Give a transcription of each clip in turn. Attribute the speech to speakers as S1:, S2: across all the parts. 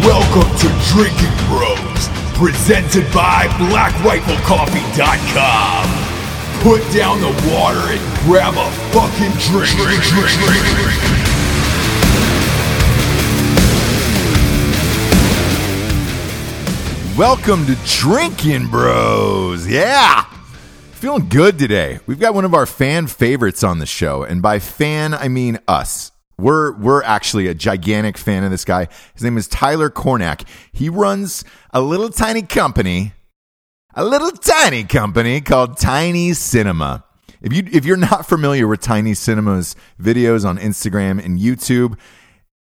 S1: Welcome to Drinking Bros, presented by BlackRifleCoffee.com. Put down the water and grab a fucking drink. drink, drink, drink, drink. Welcome to Drinking Bros. Yeah. Feeling good today. We've got one of our fan favorites on the show, and by fan I mean us. We're we're actually a gigantic fan of this guy. His name is Tyler Cornack. He runs a little tiny company, a little tiny company called Tiny Cinema. If you if you're not familiar with Tiny Cinema's videos on Instagram and YouTube,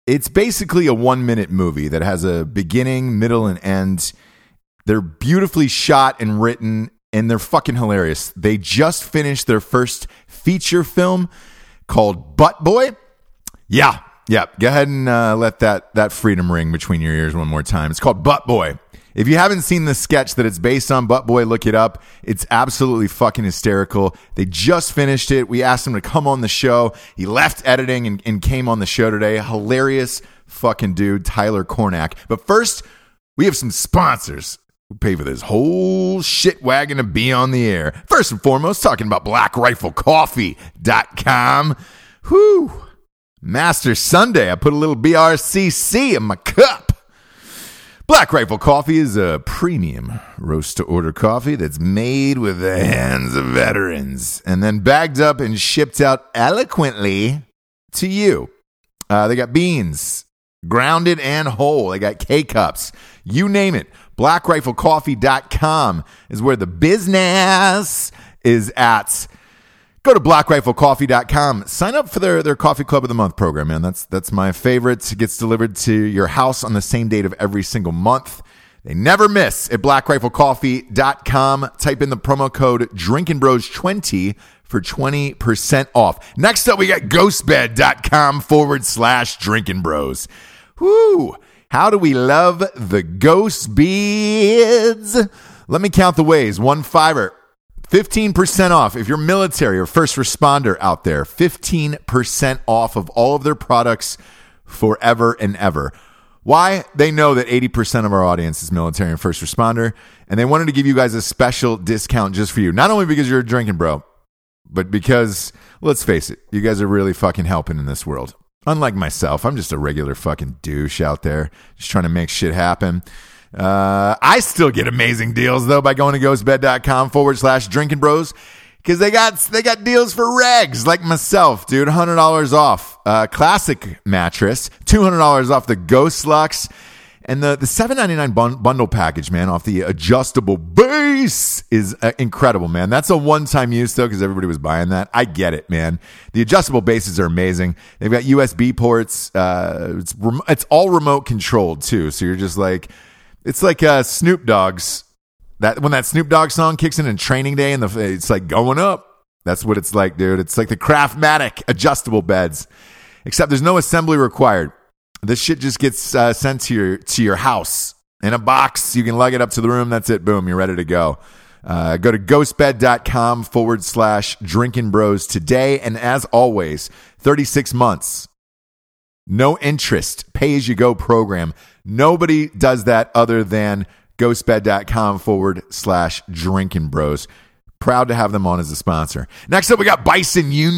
S1: it's basically a one minute movie that has a beginning, middle, and end. They're beautifully shot and written, and they're fucking hilarious. They just finished their first feature film called Butt Boy. Yeah, yeah. Go ahead and uh, let that that freedom ring between your ears one more time. It's called Butt Boy. If you haven't seen the sketch that it's based on, Butt Boy, look it up. It's absolutely fucking hysterical. They just finished it. We asked him to come on the show. He left editing and, and came on the show today. Hilarious fucking dude, Tyler Cornack. But first, we have some sponsors who pay for this whole shit wagon to be on the air. First and foremost, talking about blackriflecoffee.com. Whew. Master Sunday, I put a little BRCC in my cup. Black Rifle Coffee is a premium roast to order coffee that's made with the hands of veterans and then bagged up and shipped out eloquently to you. Uh, they got beans, grounded and whole. They got K cups, you name it. BlackRifleCoffee.com is where the business is at. Go to blackriflecoffee.com. Sign up for their, their coffee club of the month program, man. That's that's my favorite. It gets delivered to your house on the same date of every single month. They never miss at blackriflecoffee.com. Type in the promo code drinkingbros20 for 20% off. Next up, we got ghostbed.com forward slash drinking bros. Whoo! How do we love the ghost beads? Let me count the ways. One fiver. 15% off if you're military or first responder out there. 15% off of all of their products forever and ever. Why? They know that 80% of our audience is military and first responder, and they wanted to give you guys a special discount just for you. Not only because you're a drinking bro, but because let's face it, you guys are really fucking helping in this world. Unlike myself, I'm just a regular fucking douche out there, just trying to make shit happen. Uh, I still get amazing deals though by going to ghostbed.com forward slash drinking bros because they got they got deals for regs like myself, dude. Hundred dollars off uh, classic mattress, two hundred dollars off the Ghost Lux, and the the seven ninety nine bun- bundle package, man, off the adjustable base is uh, incredible, man. That's a one time use though because everybody was buying that. I get it, man. The adjustable bases are amazing. They've got USB ports. Uh, it's rem- it's all remote controlled too, so you're just like. It's like uh, Snoop Dogg's that when that Snoop Dogg song kicks in in Training Day and the it's like going up. That's what it's like, dude. It's like the Craftmatic adjustable beds, except there's no assembly required. This shit just gets uh, sent to your to your house in a box. You can lug it up to the room. That's it. Boom, you're ready to go. Uh, go to ghostbed.com forward slash drinking bros today. And as always, 36 months no interest, pay as you go program. Nobody does that other than ghostbed.com forward slash drinking bros. Proud to have them on as a sponsor. Next up, we got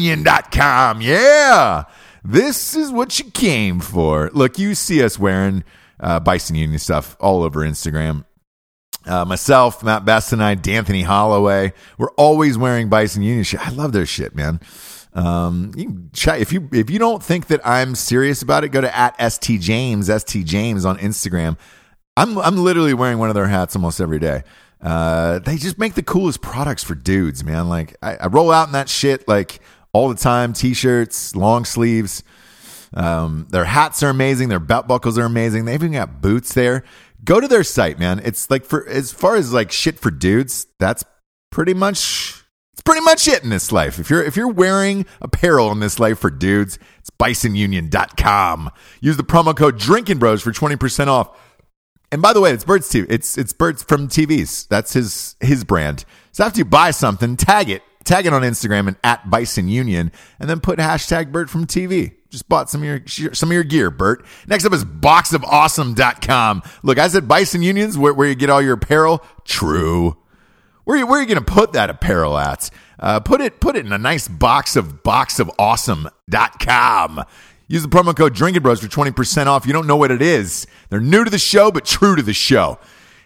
S1: bisonunion.com. Yeah, this is what you came for. Look, you see us wearing uh, Bison Union stuff all over Instagram. Uh, myself, Matt Best, and I, D'Anthony Holloway, we're always wearing Bison Union shit. I love their shit, man. Um, you can check if you if you don't think that I'm serious about it, go to at st james st james on Instagram. I'm I'm literally wearing one of their hats almost every day. Uh, they just make the coolest products for dudes, man. Like I, I roll out in that shit like all the time. T-shirts, long sleeves. Um, their hats are amazing. Their belt buckles are amazing. They even got boots there. Go to their site, man. It's like for as far as like shit for dudes. That's pretty much it's pretty much it in this life. If you're if you're wearing apparel in this life for dudes, it's bisonunion.com. Use the promo code Drinking Bros for twenty percent off. And by the way, it's Birds too. It's it's Birds from TVs. That's his his brand. So after you buy something, tag it, tag it on Instagram and at Bison Union, and then put hashtag Bird from TV. Just bought some of your some of your gear, Bert. Next up is boxofawesome.com. Look, I said Bison Unions, where, where you get all your apparel. True. Where are you, where are you going to put that apparel at? Uh, put it put it in a nice box of boxofawesome.com. Use the promo code Drinking Bros for 20% off. You don't know what it is. They're new to the show, but true to the show.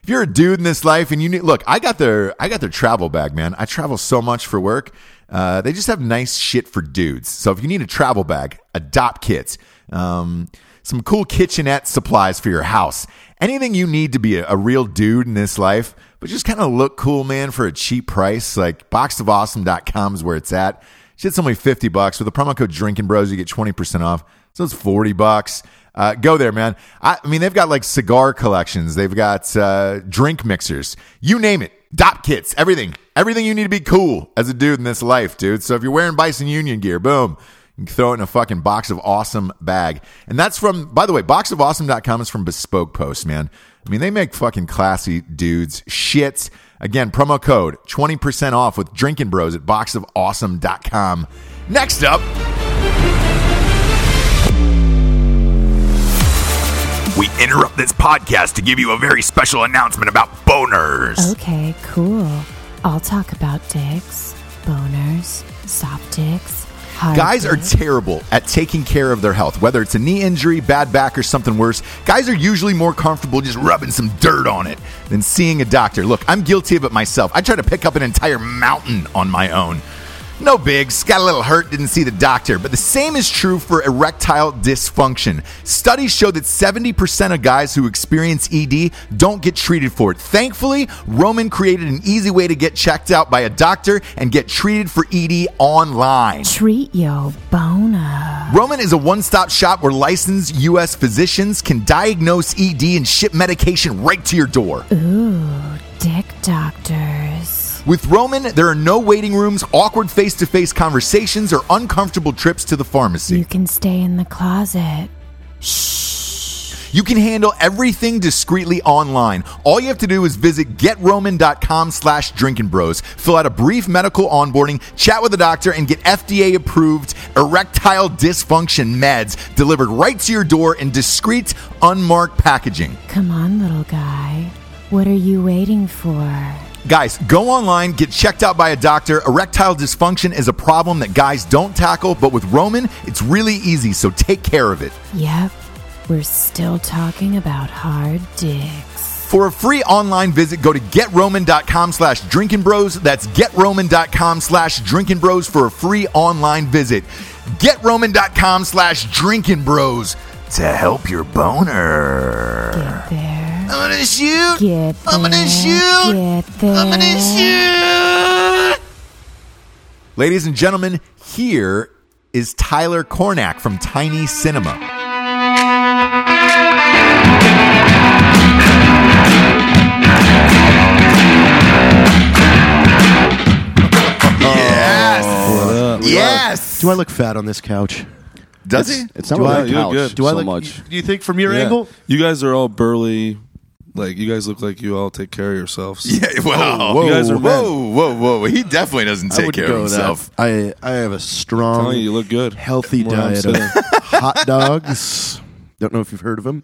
S1: If you're a dude in this life and you need look, I got their I got their travel bag, man. I travel so much for work. Uh, they just have nice shit for dudes. So if you need a travel bag, adopt kits. Um, some cool kitchenette supplies for your house. Anything you need to be a, a real dude in this life, but just kind of look cool, man, for a cheap price. Like boxofawesome.com is where it's at. Shit's only 50 bucks. With the promo code Drinking Bros, you get 20% off. So it's 40 bucks. Uh, go there, man. I, I mean, they've got like cigar collections. They've got uh, drink mixers. You name it. Dop kits. Everything. Everything you need to be cool as a dude in this life, dude. So if you're wearing Bison Union gear, boom. You can throw it in a fucking box of awesome bag. And that's from, by the way, boxofawesome.com is from Bespoke Post, man. I mean, they make fucking classy dudes shit. Again, promo code 20% off with Drinking Bros at boxofawesome.com. Next up, we interrupt this podcast to give you a very special announcement about boners.
S2: Okay, cool. I'll talk about dicks, boners, soft dicks, hard
S1: Guys are
S2: dicks.
S1: terrible at taking care of their health, whether it's a knee injury, bad back, or something worse. Guys are usually more comfortable just rubbing some dirt on it than seeing a doctor. Look, I'm guilty of it myself. I try to pick up an entire mountain on my own. No bigs, got a little hurt, didn't see the doctor. But the same is true for erectile dysfunction. Studies show that 70% of guys who experience ED don't get treated for it. Thankfully, Roman created an easy way to get checked out by a doctor and get treated for ED online.
S2: Treat yo boner.
S1: Roman is a one stop shop where licensed U.S. physicians can diagnose ED and ship medication right to your door.
S2: Dick doctors.
S1: With Roman, there are no waiting rooms, awkward face to face conversations, or uncomfortable trips to the
S2: You
S1: pharmacy.
S2: can stay in the closet. Shh.
S1: You can handle everything discreetly online. All you have to do is visit getroman.com slash drinking bros, fill out a brief medical onboarding, chat with a doctor, and get FDA approved erectile dysfunction meds delivered right to your door in discreet, unmarked packaging.
S2: Come on, little guy. What are you waiting for?
S1: Guys, go online, get checked out by a doctor. Erectile dysfunction is a problem that guys don't tackle, but with Roman, it's really easy, so take care of it.
S2: Yep, we're still talking about hard dicks.
S1: For a free online visit, go to getroman.com slash drinking bros. That's getroman.com slash drinking bros for a free online visit. Getroman.com slash drinking bros to help your boner.
S2: Get there.
S1: I'm gonna shoot.
S2: Get there.
S1: I'm gonna shoot.
S2: Get there.
S1: I'm gonna shoot. Ladies and gentlemen, here is Tyler Cornack from Tiny Cinema. Yes. Yes.
S3: Do I look fat on this couch?
S1: Does he?
S4: It's not
S3: Do I-
S4: really a
S3: you
S4: couch
S3: look
S4: good.
S3: good. Do
S4: so
S3: I look-
S4: much.
S5: Do you think from your
S3: Yeah.
S5: angle?
S6: You guys are all burly. Like you guys look like you all take care of yourselves.
S1: Yeah. Wow.
S6: You guys are men.
S1: whoa, whoa, whoa. He definitely doesn't
S3: Oh, I
S1: take
S3: wouldn't
S1: care of
S3: go that.
S1: himself.
S3: I I have a
S6: I'm
S3: strong,
S6: telling you, you look good.
S3: healthy
S6: That's what I'm
S3: diet of
S6: saying.
S3: hot dogs. Don't know if you've heard of them.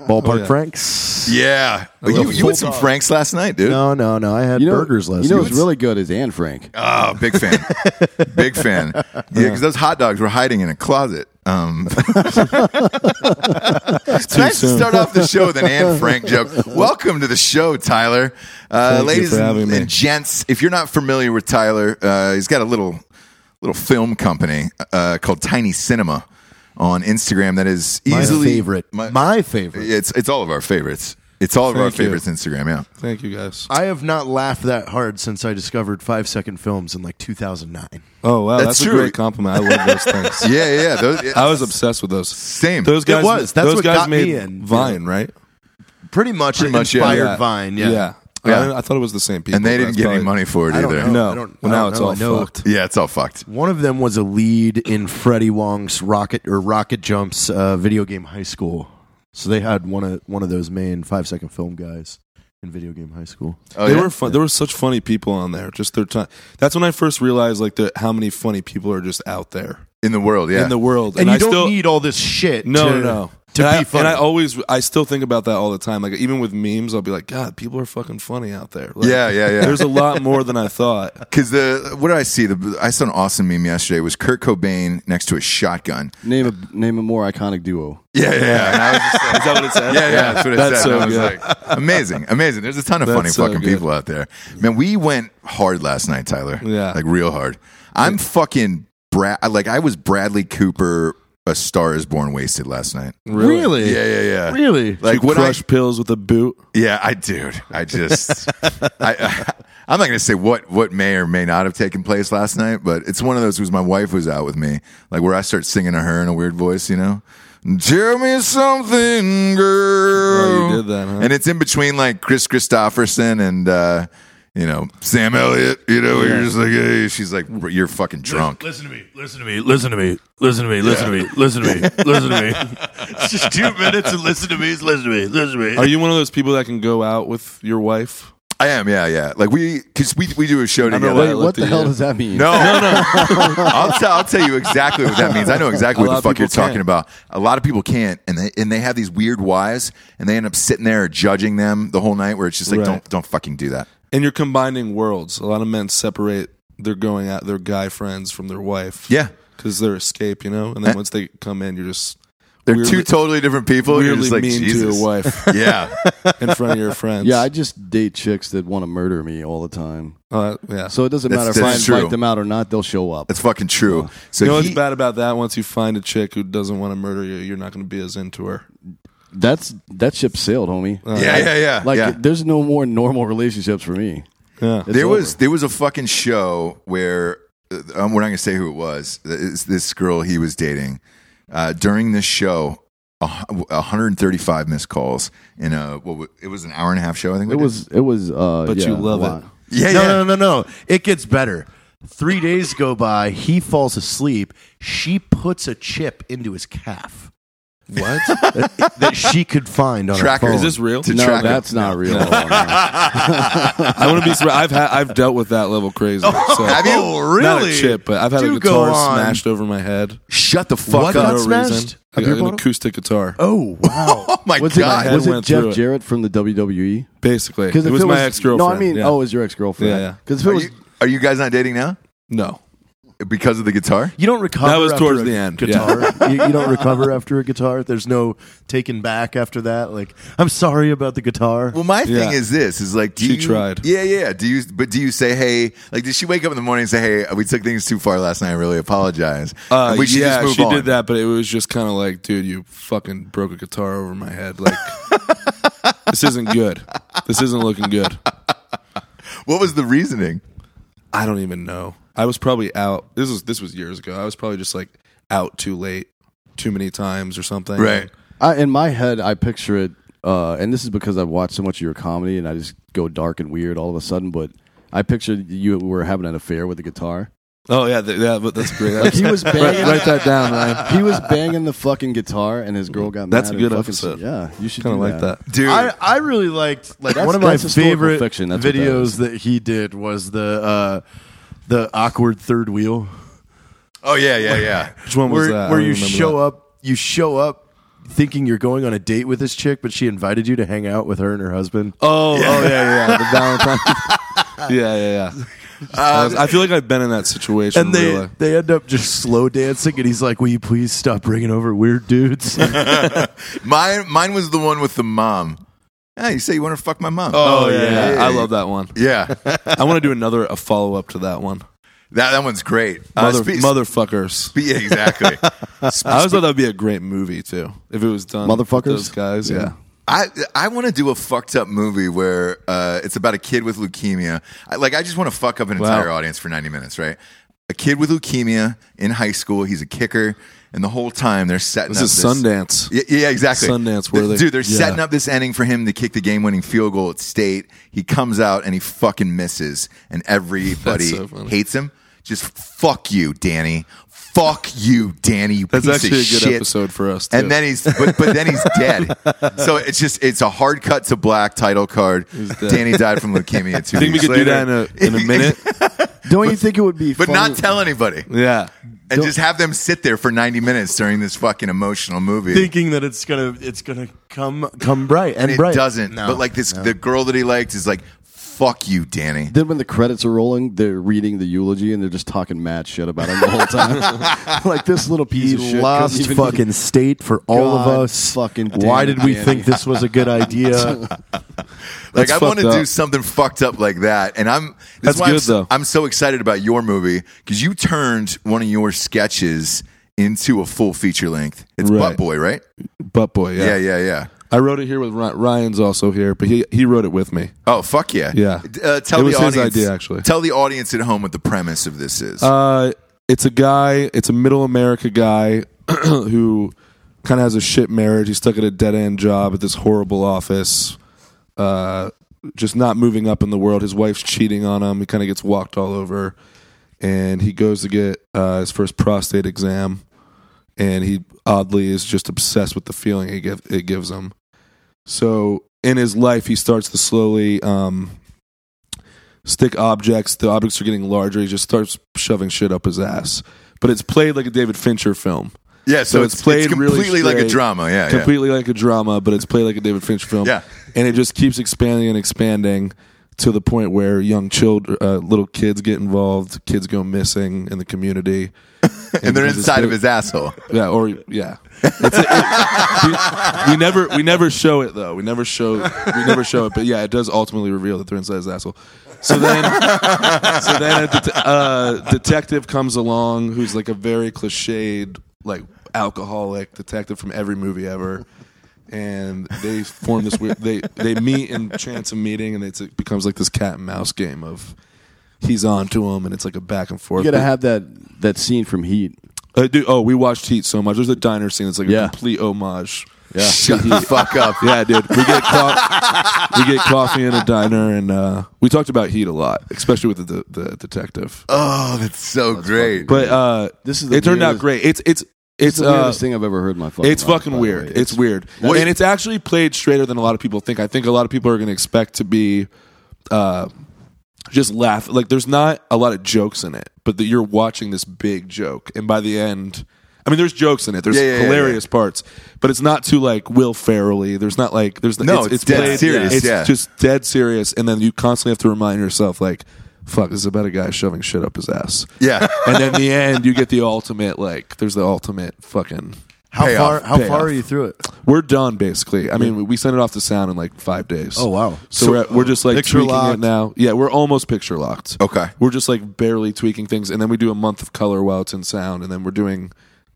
S4: Oh,
S3: Ballpark
S6: yeah.
S3: Franks.
S1: Yeah. But
S6: love
S1: you, you had some
S6: bulldog.
S1: Franks last night, dude.
S3: No, no, no. I had
S4: You know,
S3: burgers last
S4: You know
S3: night.
S4: what's really good is Anne Frank.
S1: Oh, big fan. big fan. Yeah, because those hot dogs were hiding in a closet. Um, it's nice to
S6: soon.
S1: start off the show with an Anne Frank joke. Welcome to the show, Tyler. Uh,
S6: Thank you
S1: ladies
S6: for having
S1: and,
S6: me.
S1: and gents, if you're not familiar with Tyler, uh, he's got a little little film company uh, called Tiny Cinema on Instagram that is
S3: my
S1: easily
S3: favorite.
S1: My,
S3: My, favorite.
S1: it's it's all of our favorites. It's all of our
S6: Thank you.
S1: favorites Instagram. Yeah.
S6: Thank you guys.
S3: I have not laughed that hard since I discovered five second films in like 2009.
S6: Oh wow,
S1: That's
S6: that's,
S1: true.
S6: a great compliment. I love those things.
S1: Yeah, yeah, yeah. Those,
S6: I was obsessed with those.
S1: same.
S6: Those guys.
S3: was. That's
S6: those
S3: what
S6: guys
S3: got
S6: made
S3: me in.
S6: Vine, right?
S3: Pretty much
S1: Pretty
S3: Pretty
S1: much,
S3: much,
S1: yeah.
S3: inspired
S1: Yeah.
S3: Vine. Yeah.
S1: Yeah.
S6: I, didn't- I thought it was the same people.
S1: and they didn't
S6: That's
S1: get any
S6: probably-
S1: money for it
S3: I don't
S1: either.
S3: know.
S6: No.
S3: I don't-
S6: Well,
S3: I
S6: now
S3: don't
S6: it's
S3: know. I
S6: all
S3: know.
S6: fucked.
S1: Yeah, it's all fucked.
S3: One of them was a lead in Freddie Wong's Rocket or Rocket Jumps uh, video game High School. So they had one of one of those main five second film guys in video game High School.
S1: Oh,
S6: they
S1: yeah?
S6: were fun. There were such funny people on there. Just their time. That's when I first realized like the, how many funny people are just out there.
S1: in the world. Yeah,
S6: in the world,
S3: and, you
S6: I
S3: don't
S6: still,
S3: need all this shit.
S6: No,
S3: to,
S6: no, no.
S3: To
S6: and,
S3: be
S6: I,
S3: funny.
S6: and I always, I still think about that all the time. Like even with memes, I'll be like, God, people are fucking funny out there. Like,
S1: yeah, yeah, yeah.
S6: There's a lot more than I thought.
S1: Because the what did I see? The I saw an awesome meme yesterday. It was Kurt Cobain next to a shotgun.
S4: Name a name a more iconic duo.
S1: Yeah, yeah. yeah. And I was just like,
S6: Is that what it says?
S1: yeah, yeah. That's what it
S6: That's
S1: said.
S6: so
S1: And I was
S6: good.
S1: like, amazing, amazing. There's a ton of
S6: That's
S1: funny
S6: so
S1: fucking
S6: good.
S1: people out there. Man, we went hard last night, Tyler.
S6: Yeah.
S1: like real hard. I'm fucking Brad. Like I was Bradley Cooper. A Star Is Born wasted last night.
S3: Really?
S1: Yeah, yeah, yeah.
S3: Really?
S1: Like
S6: Like
S1: what I
S6: crush pills with a boot.
S1: Yeah, I dude. I just I, I I'm not going to say what what may or may not have taken place last night, but it's one of those because my wife was out with me, like where I start singing to her in a weird voice, you know. Tell me something, girl.
S6: Oh, you did that, huh?
S1: And it's in between like Chris Christopherson and uh, you know Sam Elliott. You know, where you're just like, hey, she's like, you're fucking drunk.
S5: Listen to me. Listen to me. Listen to me. Listen to me. Listen to me. Listen to me. Listen to me. It's just two minutes and listen to me. Listen to me. Listen to me.
S6: Are you one of those people that can go out with your wife?
S1: I am, yeah, yeah. Like we, because we we do a show
S6: don't know
S1: together.
S6: why I
S4: Wait,
S6: looked
S4: what the
S6: at
S4: hell
S6: you.
S4: does that mean?
S1: No, no, no. I'll, t- I'll tell you exactly what that means. I know exactly
S6: A
S1: what
S6: lot
S1: the
S6: of
S1: fuck you're
S6: people
S1: talking
S6: can't.
S1: about. A lot of people can't, and they and they have these weird whys, and they end up sitting there judging them the whole night. Where it's just like,
S6: Right.
S1: don't don't fucking do that.
S6: And you're combining worlds. A lot of men separate their going out, their guy friends from their wife.
S1: Yeah,
S6: Because their escape, you know? And then once they come in, you're just
S1: they're two
S6: weirdly,
S1: totally different people. and you're
S6: weirdly
S1: just like,
S6: mean to
S1: Jesus.
S6: your wife
S1: yeah,
S6: in front of your friends.
S4: Yeah, I just date chicks that want to murder me all the time.
S6: Uh, yeah.
S4: So it doesn't
S1: That's-
S4: matter if I
S1: that's true.
S4: invite them out or not; they'll show up.
S1: that's fucking true. So
S6: you know
S1: he-
S6: what's bad about that? Once you find a chick who doesn't want to murder you, you're not going to be as into her. Uh,
S4: That's that ship sailed, homie.
S1: yeah, yeah, yeah.
S4: Like,
S1: yeah.
S4: there's no more normal relationships for me.
S6: Yeah.
S4: It's
S1: there
S4: over.
S1: was there was a fucking show where uh, um, we're not gonna say who it was. uh, It's this girl he was dating uh, during this show. a hu- 135 missed calls in a what wa- it was an hour and a half show. I think we
S4: It
S1: did.
S4: was. It was. Uh,
S6: But
S4: yeah,
S6: you
S4: a
S6: love it.
S4: lot.
S1: yeah
S3: no,
S1: yeah.
S3: no, no, no. It gets better. Three days go by. He falls asleep. She puts a chip into his calf. What? that she could find on
S1: Tracker.
S3: her phone.
S6: Is this real?
S1: To
S4: no,
S1: track it.
S4: that's not real. No.
S6: I want to be. surprised. I've had. I've dealt with that level crazy. so.
S1: Have you?
S3: Oh, really?
S6: Not a chip, but I've had
S3: Do
S6: a guitar
S3: go on.
S6: smashed over my head.
S1: Shut the fuck
S3: What
S1: up.
S3: got smashed? A
S6: I got
S3: beer
S6: an
S3: bottle?
S6: acoustic guitar,
S3: Oh wow!
S1: Oh my
S4: was
S1: god.
S4: it, was
S6: Head
S4: it
S6: went
S4: Jeff
S6: through it.
S4: Jarrett from the E? WWE?
S6: basically.
S4: Because
S6: It was my ex girlfriend.
S4: No, I mean,
S6: yeah.
S4: oh, it was your ex
S6: Yeah,
S4: girlfriend?
S6: yeah.
S4: Because
S1: are,
S4: if
S1: you,
S4: it was,
S1: are you guys not dating now
S6: no,
S1: because of the guitar?
S3: You don't recover.
S6: That was
S3: after
S6: towards
S3: a
S6: the end, yeah.
S3: Guitar. you, you don't recover after a guitar. There's no taking back after that. Like, I'm sorry about the guitar.
S1: Well, my thing
S6: Yeah.
S1: is this: is like, do
S6: She
S1: you,
S6: tried.
S1: Yeah, yeah. Do you? But do you say, hey? Like, did she wake up in the morning and say, hey, we took things too far last night. I really apologize.
S6: Uh,
S1: And we should
S6: yeah,
S1: just move
S6: she
S1: on.
S6: did that, but it was just kind of like, dude, you fucking broke a guitar over my head. Like, this isn't good. This isn't looking good.
S1: What was the reasoning?
S6: I don't even know. I was probably out. This was this was years ago. I was probably just like out too late, too many times or something.
S1: Right.
S4: I, in my head, I picture it, uh, and this is because I've watched so much of your comedy, and I just go dark and weird all of a sudden. But I pictured you were having an affair with the guitar.
S6: Oh yeah, th- yeah. But that's great.
S4: He was
S6: write,
S4: banging.
S6: write that down, Ryan.
S4: He was banging the fucking guitar, and his girl got
S6: That's
S4: mad.
S6: a good
S4: and fucking,
S6: episode.
S4: Yeah, you should
S6: Kind of
S4: do
S6: like that.
S1: Dude,
S5: I, I really liked like
S4: That's-
S5: one of my
S4: that's historical
S5: favorite
S4: fiction, that's what that
S5: videos
S4: is.
S5: that, he did was the uh, the awkward third wheel.
S1: oh yeah, yeah, yeah.
S6: Which one was
S5: where,
S6: that? I
S5: where
S6: don't
S5: you
S6: remember
S5: show
S6: that.
S5: up you show up thinking you're going on a date with this chick but she invited you to hang out with her and her husband
S6: Oh, oh yeah, yeah, yeah. The Valentine. yeah, yeah, yeah. I, was- I feel like I've been in that situation.
S5: and they
S6: really.
S5: they end up just slow dancing and he's like will you please stop bringing over weird dudes
S1: Mine, mine was the one with the mom. Yeah, you say you want to fuck my mom.
S6: Oh yeah, yeah, I love that one.
S1: Yeah, that
S6: I want to do another a follow up to that one.
S1: that one's great. Uh,
S6: Mother,
S1: spe-
S6: motherfuckers.
S1: spe- yeah, exactly.
S6: I always thought that'd be a great movie too if it was done. with
S4: Motherfuckers?
S6: those guys. Yeah.
S1: I I want to do a fucked up movie where uh, it's about a kid with leukemia. I, like I just want to fuck up an entire audience for ninety minutes, right? A kid with leukemia in high school. He's a kicker, and the whole time they're setting
S6: This
S1: up
S6: is Sundance.
S1: Yeah, yeah, exactly.
S6: Sundance worthy.
S1: dude. They're
S6: Yeah.
S1: setting up this ending for him to kick the game-winning field goal at state. He comes out and he fucking misses, and everybody
S6: so funny.
S1: hates him. Just fuck you, Danny. Fuck you, Danny. You
S6: That's
S1: piece
S6: actually a
S1: of
S6: good
S1: shit.
S6: episode for us. Too.
S1: And then he's, but, but then he's dead. So it's just, it's a hard cut to black title card.
S6: dead.
S1: Danny died from leukemia two
S6: you think we
S1: weeks
S6: could do
S1: later.
S6: that in a, in a minute?
S4: Don't you think it would be?
S1: but
S4: funny?
S1: not tell anybody.
S6: yeah.
S1: and just have them sit there for 90 minutes during this fucking emotional movie.
S7: thinking that it's gonna it's gonna come.
S3: Come bright and,
S1: and it
S3: bright.
S1: doesn't. But like this, the girl that he likes is like, "Fuck you, Danny."
S4: Then when the credits are rolling, they're reading the eulogy and they're just talking mad shit about him the whole time. like this little piece
S3: He
S4: of shit
S3: lost
S4: couldn't even-
S3: fucking state for all of
S4: God
S3: us.
S4: fucking damn
S3: Why
S4: it,
S3: did we
S4: Danny.
S3: think this was a good idea?
S1: Like
S6: That's
S1: I want to
S6: fucked
S1: do
S6: up.
S1: something fucked up like that, and I'm. This
S6: That's
S1: is why I'm,
S6: good,
S1: s-
S6: though.
S1: I'm so excited about your movie because you turned one of your sketches into a full feature length. It's
S6: Right.
S1: Butt Boy, right?
S6: Butt boy. Yeah.
S1: Yeah, yeah, yeah.
S6: I wrote it here with Ry- Ryan's also here, but he he wrote it with me.
S1: Oh fuck yeah!
S6: Yeah.
S1: D- Uh, tell
S6: It was
S1: the
S6: his
S1: audience.
S6: idea, actually.
S1: Tell the audience at home what the premise of this is.
S6: Uh, it's a guy. It's a middle America guy who kind of has a shit marriage. He's stuck at a dead end job at this horrible office. Uh, just not moving up in the world. His wife's cheating on him. He kind of gets walked all over, and he goes to get uh, his first prostate exam, and he oddly is just obsessed with the feeling it, give, it gives him. So in his life, he starts to slowly um, stick objects. The objects are getting larger. He just starts shoving shit up his ass. But it's played like a David Fincher film,
S1: yeah, so,
S6: so
S1: it's,
S6: it's played
S1: it's
S6: really
S1: completely like a
S6: straight.
S1: drama. Yeah, yeah.
S6: completely like a drama, but it's played like a David Fincher film.
S1: Yeah.
S6: and it just keeps expanding and expanding to the point where young children, uh, little kids get involved. Kids go missing in the community,
S1: and they're
S6: because it's
S1: inside of
S6: David-
S1: his asshole.
S6: yeah, or yeah. It's a- it- we, we never we never show it though. We never show we never show it. But yeah, it does ultimately reveal that they're inside his asshole. So then, so then a det- uh, detective comes along who's like a very cliched like alcoholic detective from every movie ever. And they form this weird. They they meet in chance of meeting, and it's, it becomes like this cat and mouse game of he's on to him, and it's like a back and forth.
S4: You gotta
S6: But-
S4: have that that scene from Heat.
S6: uh, dude, oh, we watched Heat so much. There's a diner scene that's like
S4: Yeah.
S6: a complete homage.
S4: Yeah.
S1: Shut the fuck up.
S6: Yeah, dude. We get co- we get coffee in a diner, and uh, we talked about Heat a lot, especially with the, the, the detective.
S1: Oh, that's so great.
S6: But uh,
S4: This is the
S6: it turned out
S4: weirdest-
S6: great. It's it's
S4: It's
S6: it's
S4: the
S6: uh,
S4: weirdest thing I've ever heard in my fucking
S6: it's
S4: life, by
S6: fucking
S4: the way.
S6: weird. It's, weird,
S1: Wait.
S6: and it's actually played straighter than a lot of people think. I think a lot of people are going to expect to be uh, just laugh. Like there's not a lot of jokes in it, but that you're watching this big joke, and by the end, I mean, there's jokes in it. There's
S1: Yeah, yeah, yeah,
S6: hilarious parts, but it's not too like Will Ferrelly. There's not like there's
S1: No, it's dead serious,
S6: It's
S1: yeah.
S6: just dead serious, and then you constantly have to remind yourself like. Fuck, this is about a guy shoving shit up his ass.
S1: Yeah.
S6: And then the end, you get the ultimate, like, there's the ultimate fucking
S3: How
S1: Payoff,
S3: far? How
S6: payoff.
S3: far are you through it?
S6: we're done basically. I mean, we- we sent it off to sound in like five days.
S3: Oh, wow.
S6: So, we're, at- we're just like
S3: Picture
S6: tweaking
S3: locked.
S6: it now. Yeah, we're almost picture locked.
S1: Okay.
S6: we're just like barely tweaking things, and then we do a month of color while it's in sound, and then we're doing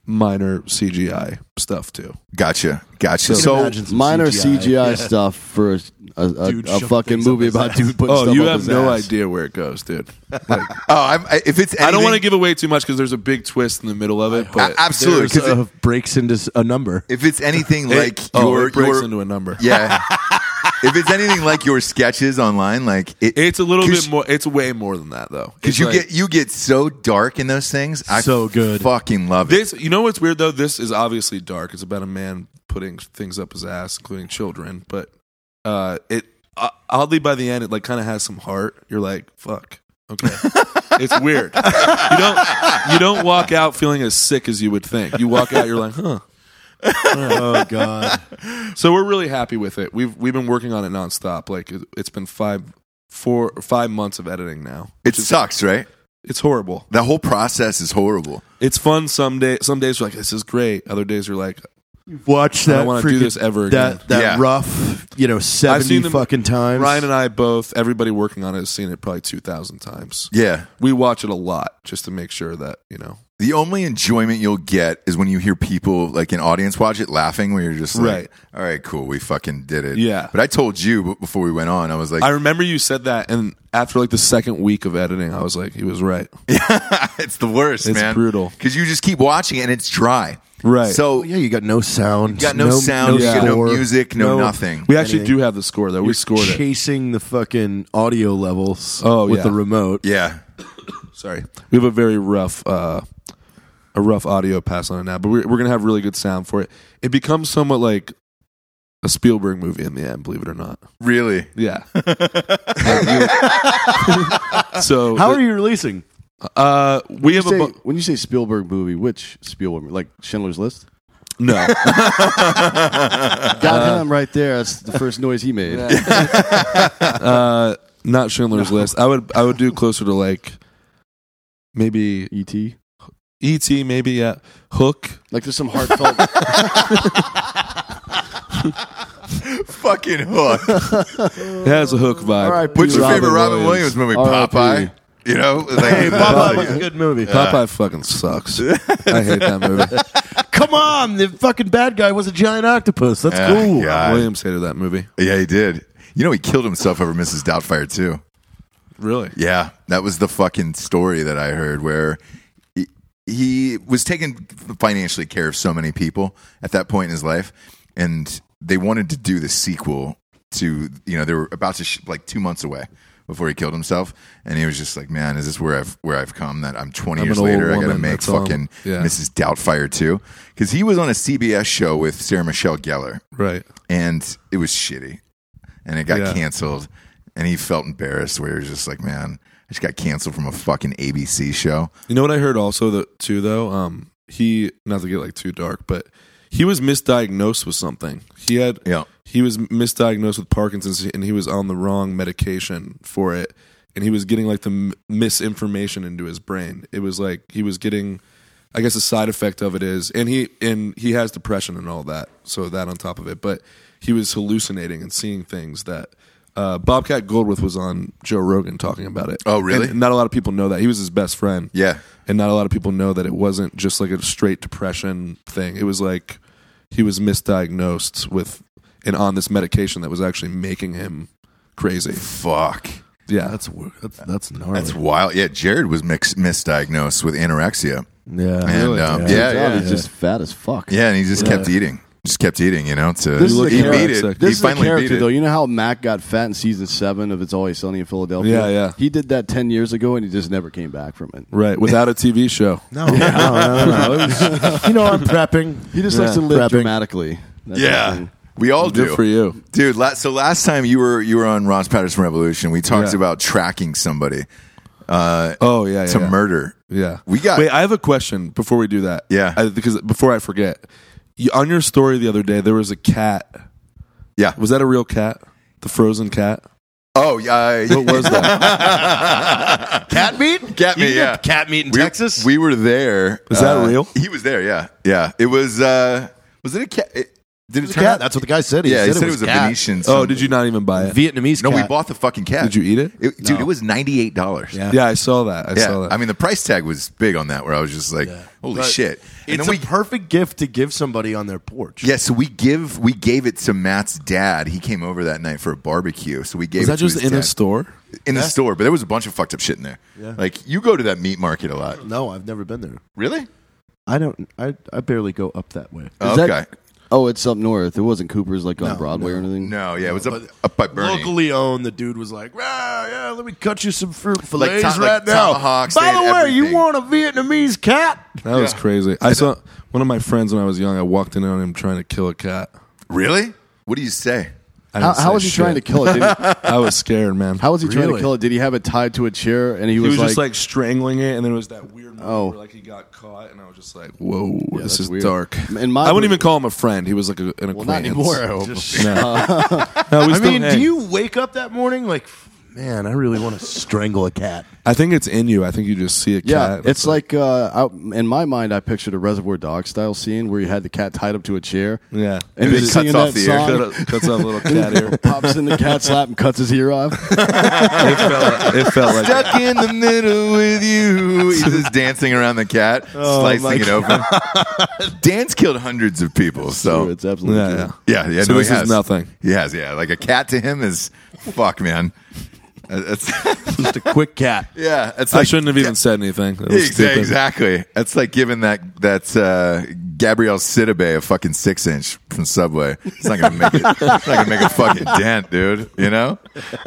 S6: minor CGI stuff too.
S1: Gotcha. Gotcha. So,
S3: Imagine some
S4: Minor CGI stuff for a, a, a,
S7: Dude
S4: a
S7: shoving
S4: fucking
S7: things up
S4: movie
S7: his
S4: about
S7: ass.
S4: dude putting
S6: Oh,
S4: stuff
S6: you
S4: up
S6: have
S4: his
S6: no
S4: ass.
S6: idea where it goes, dude.
S1: oh, I'm, I, if it's anything,
S6: I don't want to give away too much because there's a big twist in the middle of it. But
S1: A- absolutely
S3: There's,
S1: because
S3: uh, breaks into s- a number.
S1: if it's anything
S6: it-
S1: like
S6: oh,
S1: your,
S6: it breaks
S1: your-
S6: into a number.
S1: yeah, if it's anything like your sketches online, like it,
S6: It's a little
S1: 'cause-
S6: bit more. It's way more than that though.
S1: Because
S6: It's
S1: you
S6: like-
S1: get you get so dark in those things. I
S3: So good.
S1: Fucking love it.
S6: This, you know what's weird though? This is obviously dark. It's about a man putting things up his ass, including children. But uh, it uh, oddly by the end, it like kind of has some heart. You're like, fuck, okay. it's weird. You don't you don't walk out feeling as sick as you would think. You walk out, you're like, huh.
S3: oh god.
S6: So we're really happy with it. We've we've been working on it nonstop. Like it, it's been five, four, five months of editing now.
S1: it sucks, right?
S6: It's horrible.
S1: The whole process is horrible.
S6: It's fun some day. Some days you're like, this is great. Other days you're like,
S3: Watch that.
S6: I don't want to do
S3: freaking-
S6: this ever again.
S3: That that
S1: Yeah.
S3: rough, you know,
S6: I've
S3: seventy
S6: seen them-
S3: fucking times.
S6: Ryan and I both, everybody working on it has seen it probably 2,000 times.
S1: Yeah.
S6: We watch it a lot just to make sure that, you know.
S1: The only enjoyment you'll get is when you hear people like an audience watch it laughing, where you're just like,
S6: Right.
S1: "All right, cool, we fucking did it."
S6: Yeah.
S1: But I told you b- before we went on, I was like,
S6: I remember you said that, and after like the second week of editing, I was like, he was right.
S1: "It's the worst,
S6: It's
S1: man."
S6: brutal.
S1: because you just keep watching it and it's dry.
S6: Right.
S1: So
S3: Oh yeah, you got no sound.
S1: you got no, sound, you got no music, no, nothing.
S6: We actually
S3: Anything.
S6: do have the score, though. We scored it.
S3: chasing the fucking audio levels
S6: Oh,
S3: with
S6: yeah.
S3: the remote.
S1: Yeah.
S6: Sorry. We have a very rough, uh, a rough audio pass on it now, but we're, we're going to have really good sound for it. It becomes somewhat like a Spielberg movie in the end, believe it or not.
S1: Really?
S6: Yeah. so
S3: How are you releasing?
S6: Uh, we have
S4: Say-
S6: a bu-
S4: when you say Spielberg movie, which Spielberg? Like Schindler's List?
S6: no.
S4: Got him right there. That's the first noise he made.
S6: uh, not Schindler's List. I would I would do closer to like maybe
S4: E.T.
S6: E.T. Maybe yeah. Hook.
S4: Like there's some heartfelt.
S1: Fucking hook.
S6: It has a Hook vibe.
S1: What's your favorite Robin Williams, movie?
S4: R.I.P..
S1: Popeye. You know, like, hey,
S4: Oh,
S7: Popeye was a good movie.
S6: Popeye fucking sucks. I hate that movie.
S7: Come on, the fucking bad guy was a giant octopus. That's cool.
S1: God.
S6: Williams hated that movie.
S1: Yeah, he did. You know, he killed himself over Mrs. Doubtfire too.
S6: Really?
S1: Yeah, that was the fucking story that I heard where he, he was taking financially care of so many people at that point in his life, and they wanted to do the sequel to you know they were about to sh- like two months away before he killed himself, and he was just like, man, is this where I've where I've come? That I'm 20
S6: I'm
S1: years
S6: an old
S1: later, I gotta
S6: woman,
S1: make
S6: that's all.
S1: fucking
S6: Yeah.
S1: Mrs. Doubtfire too, because he was on a CBS show with Sarah Michelle Gellar,
S6: Right.
S1: and it was shitty and it got
S6: Yeah.
S1: canceled and he felt embarrassed where he was just like man i just got canceled from a fucking abc show
S6: You know what I heard also that too though. Um, he not to get like too dark, but he was misdiagnosed with something. He had
S1: Yeah.
S6: He was misdiagnosed with Parkinson's, and he was on the wrong medication for it, and he was getting like the m- misinformation into his brain. It was like he was getting. I guess the side effect of it is, and he and he has depression and all that, so that on top of it. But he was hallucinating and seeing things that uh, Bobcat Goldthwait was on Joe Rogan talking about it.
S1: Oh, really?
S6: And not a lot of people know that he was his best friend
S1: yeah
S6: and not a lot of people know that it wasn't just like a straight depression thing. It was like he was misdiagnosed with and on this medication that was actually making him crazy.
S1: fuck
S6: Yeah,
S3: That's wor- that's that's gnarly.
S1: that's wild yeah jared was mix- misdiagnosed with anorexia
S3: yeah.
S1: and um, yeah yeah yeah,
S4: He's just fat as fuck.
S1: and he just kept eating just kept eating you know to
S4: This is a
S1: he beat
S4: character.
S1: it
S6: This
S1: he
S4: This is a
S1: finally beat
S4: character
S1: it
S4: though. You know how Mac got fat in season seven of It's Always Sunny in Philadelphia.
S6: Yeah, yeah.
S4: He did that ten years ago, and he just never came back from it.
S6: right. Without a TV show,
S7: No, no, no, no, no. It was- you know, I'm prepping.
S4: He just likes to live dramatically. That's the
S1: yeah
S4: thing.
S1: we all do
S6: good for you.
S1: dude la so last time you were you were on ross patterson revolution we talked
S6: Yeah.
S1: about tracking somebody
S6: Oh yeah, yeah.
S1: to
S6: yeah.
S1: murder
S6: Yeah,
S1: We got-
S6: Wait, I have a question before we do that.
S1: Yeah.
S6: I, because before I forget, you, on your story the other day, there was a cat.
S1: yeah
S6: Was that a real cat? The frozen cat.
S1: oh yeah
S6: What was that?
S1: cat meat cat
S7: You
S1: meat
S7: can
S1: yeah
S7: get cat meat in
S1: we,
S7: Texas.
S1: We were there.
S6: Is that
S1: Uh,
S6: real?
S1: He was there. Yeah, yeah. It was. uh Was it a cat? It, did it,
S7: It's a
S1: turn
S7: cat.
S1: out?
S7: That's what the guy said. He
S1: yeah,
S7: said,
S1: he said it was, a
S7: cat.
S1: Venetian.
S6: oh,
S1: some-
S6: did you not even buy it?
S7: Vietnamese
S1: No,
S7: cat.
S1: we bought the fucking cat.
S6: Did you eat it?
S1: It- dude, it was ninety eight dollars.
S7: Yeah.
S6: yeah, I saw that. I
S1: Yeah,
S6: saw that.
S1: I mean the price tag was big on that. Where I was just like, "Holy
S7: But
S1: shit!" And
S7: it's
S1: then we,
S7: a perfect gift to give somebody on their porch.
S1: yeah, so we give we gave it to Matt's dad. He came over that night for a barbecue, so we gave
S6: was
S1: it
S6: that
S1: to
S6: just
S1: his
S6: in a
S1: dad.
S6: store?
S1: in the store. But there was a bunch of fucked up shit in there. Like you go to that meat market a lot,
S7: No, I've never been there.
S1: really?
S7: I don't. I, I barely go up that way.
S4: Is
S1: okay,
S4: that- oh, it's up north. It wasn't Cooper's like on Broadway or anything.
S1: no, yeah, it was up, up by Bernie.
S7: Locally owned, the dude was like, "Ah, yeah, let me cut you some fruit fillets
S1: Like to- like
S7: right now."
S1: tomahawks,
S7: By
S1: they
S7: the
S1: had
S7: way, you
S1: everything.
S7: want a Vietnamese cat?
S6: That was crazy. I saw one of my friends when I was young. I walked in on him trying to kill a cat.
S1: Really? What do you say?
S6: I
S4: How,
S6: didn't say
S4: how was he
S6: shit.
S4: trying to kill it? Did he,
S6: I was scared, man.
S4: how was he trying to
S7: Really?
S4: kill it? Did he have it tied to a chair? And he
S6: he
S4: was,
S6: was just like strangling it, and then it was that weird moment
S4: Oh.
S6: where like he got caught, and I was just like, "Whoa, this
S4: that's
S6: is
S4: weird.
S6: dark."
S4: In my-
S6: I wouldn't even call him a friend. He was like a, an acquaintance.
S4: well, not anymore. I hope.
S6: No, we
S7: I
S6: still
S7: mean, do
S6: hang.
S7: you wake up that morning like, man, I really want to strangle a cat?
S6: I think it's in you. I think you just see a cat.
S4: Yeah,
S6: and
S4: it's like uh, I, in my mind, I pictured a Reservoir Dog style scene where you had the cat tied up to a chair.
S6: yeah.
S4: and
S1: It
S4: he's
S1: just
S4: singing
S1: cuts off
S4: that
S1: the ear.
S4: song.
S6: Cut- cuts off a little cat ear.
S4: Pops in the cat's lap and cuts his ear off.
S6: It felt, it felt like
S1: Stuck in the middle with you. He's just dancing around the cat,
S6: Oh
S1: slicing it open. Dan's killed hundreds of people, so
S4: It's absolutely
S6: yeah,
S4: true.
S6: yeah.
S1: yeah, yeah.
S6: So
S1: no,
S6: this
S1: he
S6: is
S1: has.
S6: nothing.
S1: He has, yeah. Like a cat to him is fuck, man. Uh, That's
S7: Just a quick cat.
S1: yeah. It's like,
S6: I shouldn't have even said anything. That
S1: Yeah,
S6: was
S1: exa-
S6: stupid.
S1: exactly. That's like giving that that uh, Gabrielle Sidibe a fucking six inch from Subway. It's not gonna make it. it's not gonna make a fucking dent, dude. You know,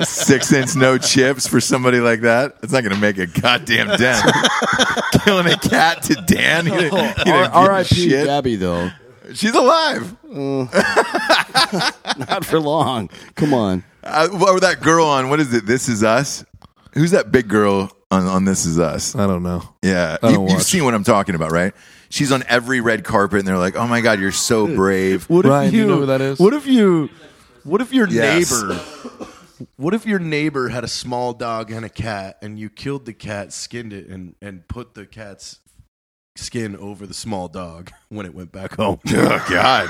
S1: six inch no chips for somebody like that. It's not gonna make a goddamn dent. Killing a cat to Dan. He didn't- he didn't give a
S4: R- R.I.P.
S1: shit.
S4: Gabby, though.
S1: She's alive.
S4: Not for long. Come on.
S1: Uh, or that girl on what is it? This is us. Who's that big girl? on, on This Is Us.
S6: I don't know.
S1: Yeah,
S6: I don't
S1: you, have
S6: watch.
S1: seen what I'm talking about, right? She's on every red carpet, and they're like, "Oh my god, you're so brave."
S7: What
S6: Ryan,
S7: if
S6: do
S7: you,
S6: you know who that is?
S7: What if you? What if your
S1: Yes.
S7: neighbor? What if your neighbor had a small dog and a cat, and you killed the cat, skinned it, and and put the cat's skin over the small dog when it went back home?
S1: oh god,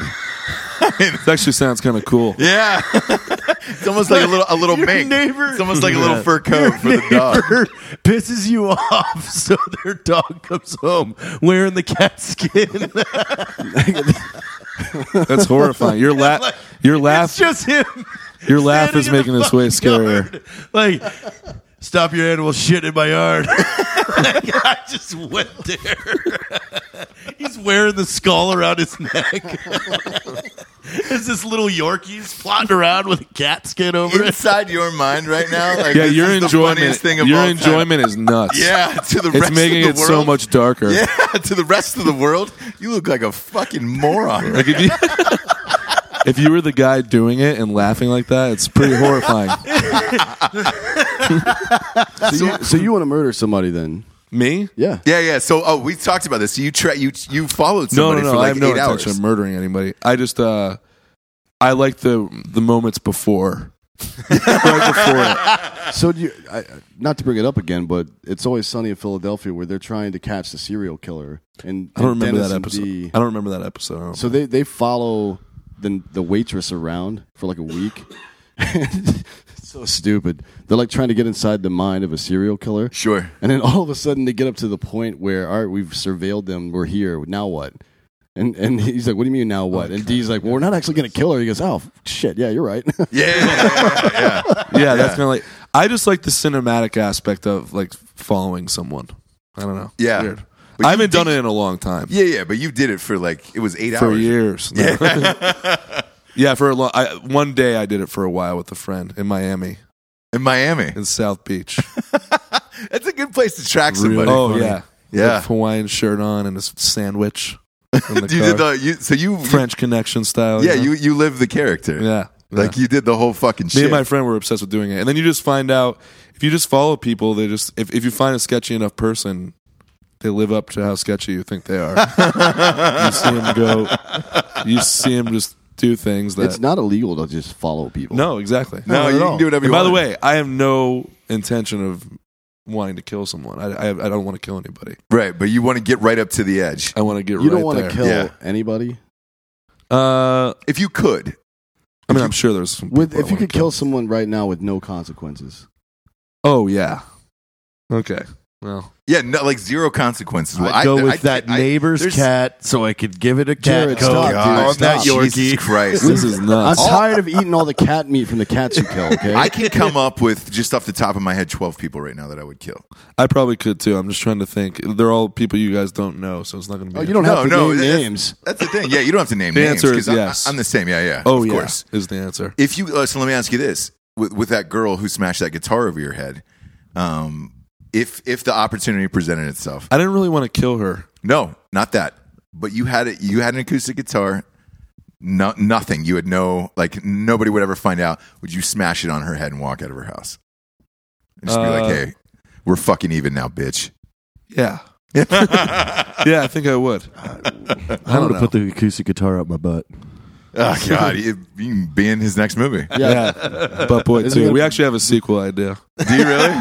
S6: It actually sounds kind of cool.
S1: yeah, it's almost like a little a little
S7: Your
S1: mink.
S7: neighbor-
S1: it's almost like a little
S7: Yeah.
S1: fur coat for the dog.
S7: Neighbor pisses you off, so their dog comes home wearing the cat skin.
S6: That's horrifying. Your laugh, your
S7: That's
S6: laugh,
S7: just him.
S6: your laugh
S7: standing
S6: is
S7: in the
S6: making this way
S7: fucking
S6: scarier.
S7: yard. Like, stop your animal shit in my yard. Like, I just went there. He's wearing the skull around his neck. Is this little Yorkies plotting around with a cat skin over it?
S1: Inside your mind right now, like,
S6: Yeah,
S1: this
S6: your
S1: is the
S6: enjoyment,
S1: funniest thing of
S6: your
S1: all time.
S6: enjoyment is nuts.
S1: Yeah, to the
S6: it's
S1: rest
S6: making
S1: of the
S6: it so
S1: world.
S6: much darker.
S1: Yeah, to the rest of the world, you look like a fucking moron.
S6: Like if you, if you were the guy doing it and laughing like that, it's pretty horrifying.
S4: So, you- so you want to murder somebody then?
S6: Me?
S4: Yeah.
S1: Yeah, yeah. So, oh, we talked about this. So you tra- you you followed
S6: No,
S1: somebody
S6: no, no.
S1: for
S6: I
S1: like
S6: have no
S1: eight
S6: intention
S1: hours.
S6: of murdering anybody. I just uh, I like the the moments before. right before it.
S4: So do you, I, I- not to bring it up again, but it's always sunny in Philadelphia where they're trying to catch the serial killer. And
S6: I don't remember
S4: Dennis
S6: that
S4: and
S6: episode.
S4: Dee-
S6: I don't remember that episode.
S4: So they, they follow the the waitress around for like a week. It's so stupid. They're like trying to get inside the mind of a serial killer.
S1: Sure.
S4: And then all of a sudden they get up to the point where all right, we've surveilled them. We're here. Now what? And and he's like, "What do you mean now what?" and D's like, "Well, we're not actually going to kill her." He goes, "Oh shit, yeah, you're right."
S1: Yeah, yeah, yeah, yeah.
S6: yeah, that's kind of like I just like the cinematic aspect of like following someone. I don't know.
S1: Yeah.
S6: Weird.
S1: But
S6: I
S1: you
S6: haven't done
S1: think-
S6: it in a long time.
S1: yeah, yeah. But you did it for like it was eight
S6: for
S1: hours.
S6: years. No. Yeah. for a long. I, one day I did it for a while with a friend in Miami
S1: in Miami.
S6: in South Beach.
S1: That's a good place to track somebody.
S6: oh
S1: Funny.
S6: yeah,
S1: Yeah.
S6: With Hawaiian shirt on and a s- sandwich. In the
S1: You
S6: car.
S1: did the you, so you
S6: French Connection style.
S1: yeah
S6: know?
S1: you you live the character.
S6: yeah.
S1: Like you did the whole fucking
S6: Me
S1: shit.
S6: and my friend were obsessed with doing it, and then you just find out if you just follow people, they just if if you find a sketchy enough person. They live up to how sketchy you think they are. you see them go. You see them just do things that
S4: it's not illegal to just follow people.
S6: No, exactly.
S1: No,
S6: Not at
S1: you can
S6: all.
S1: do whatever
S6: And
S1: you
S6: By the
S1: want.
S6: way, I have no intention of wanting to kill someone. I, I, I don't want to kill anybody.
S1: right, but you want to get right up to the edge
S6: I want to get
S4: you
S6: right
S4: don't want to
S6: there.
S4: kill
S1: Yeah.
S4: anybody.
S6: Uh,
S1: if you could.
S6: I mean, I'm sure there's some
S4: With
S6: people I
S4: if you
S6: wanna
S4: could kill someone right now with no consequences,
S6: Oh yeah. Okay. Well,
S1: Yeah, no, like zero consequences. Well,
S7: I go
S1: I-
S7: with
S1: I-
S7: that
S1: I-
S7: neighbor's
S1: there's- Oh,
S7: cat so I could give it a cat
S4: Jared,
S7: coat
S4: stop, dude,
S7: on that
S4: stop.
S7: Yorkie.
S1: Jesus Christ.
S6: this is
S4: I'm
S6: nuts.
S4: tired of eating all the cat meat from the cats you kill. Okay,
S1: I can come up with just off the top of my head twelve people right now that I would kill.
S6: I probably could too. I'm just trying to think. They're all people you guys don't know, so it's not going to be.
S4: oh, you don't
S1: No,
S4: have to
S1: no,
S4: name
S1: that's-
S4: names.
S1: That's the thing. Yeah, you don't have to name
S6: The
S1: names.
S6: answer is
S1: 'cause I-
S6: yes.
S1: I, am the same. Yeah, yeah.
S6: Oh
S1: of
S6: yeah,
S1: course.
S6: is the answer.
S1: If you uh, so, let me ask you this: with, with that girl who smashed that guitar over your head, um, if if the opportunity presented itself,
S6: I didn't really want to kill her.
S1: no, not that, but you had it. You had an acoustic guitar. No, nothing. You had no like. Nobody would ever find out. Would you smash it on her head and walk out of her house? And just be
S6: Uh,
S1: like, hey, we're fucking even now, bitch.
S6: Yeah. yeah, I think I would.
S7: I'm
S6: don't
S7: gonna
S6: know.
S7: put the acoustic guitar up my butt.
S1: Oh God, you, you can be in his next movie.
S6: Yeah, but boy,
S4: it
S6: too.
S4: gonna
S6: We
S4: be-
S6: actually have a sequel idea.
S1: Do you really?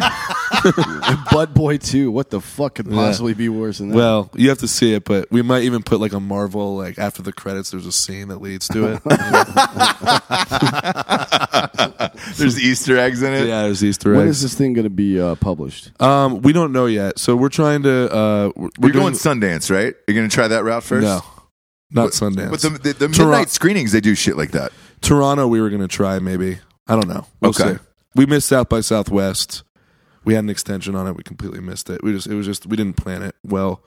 S4: Bud Boy 2. What the fuck could possibly be worse than that?
S6: Well, you have to see it, but we might even put like a Marvel like after the credits. There's a scene that leads to it. yeah,
S1: There's Easter eggs in it.
S6: there's Easter
S4: when
S6: eggs.
S4: is this thing going to be uh, published?
S6: um, we don't know yet, so we're trying to. Uh, we're
S1: We're
S6: we're doing,
S1: going Sundance, right? You're going to try that route first?
S6: no, not
S1: But-
S6: Sundance.
S1: But the, the, the midnight
S6: Toron-
S1: screenings, they do shit like that.
S6: Toronto, we were going to try maybe. I don't know. We'll
S1: Okay.
S6: see. We missed South by Southwest. We had an extension on it. We completely missed it. We just it was just we didn't plan it well.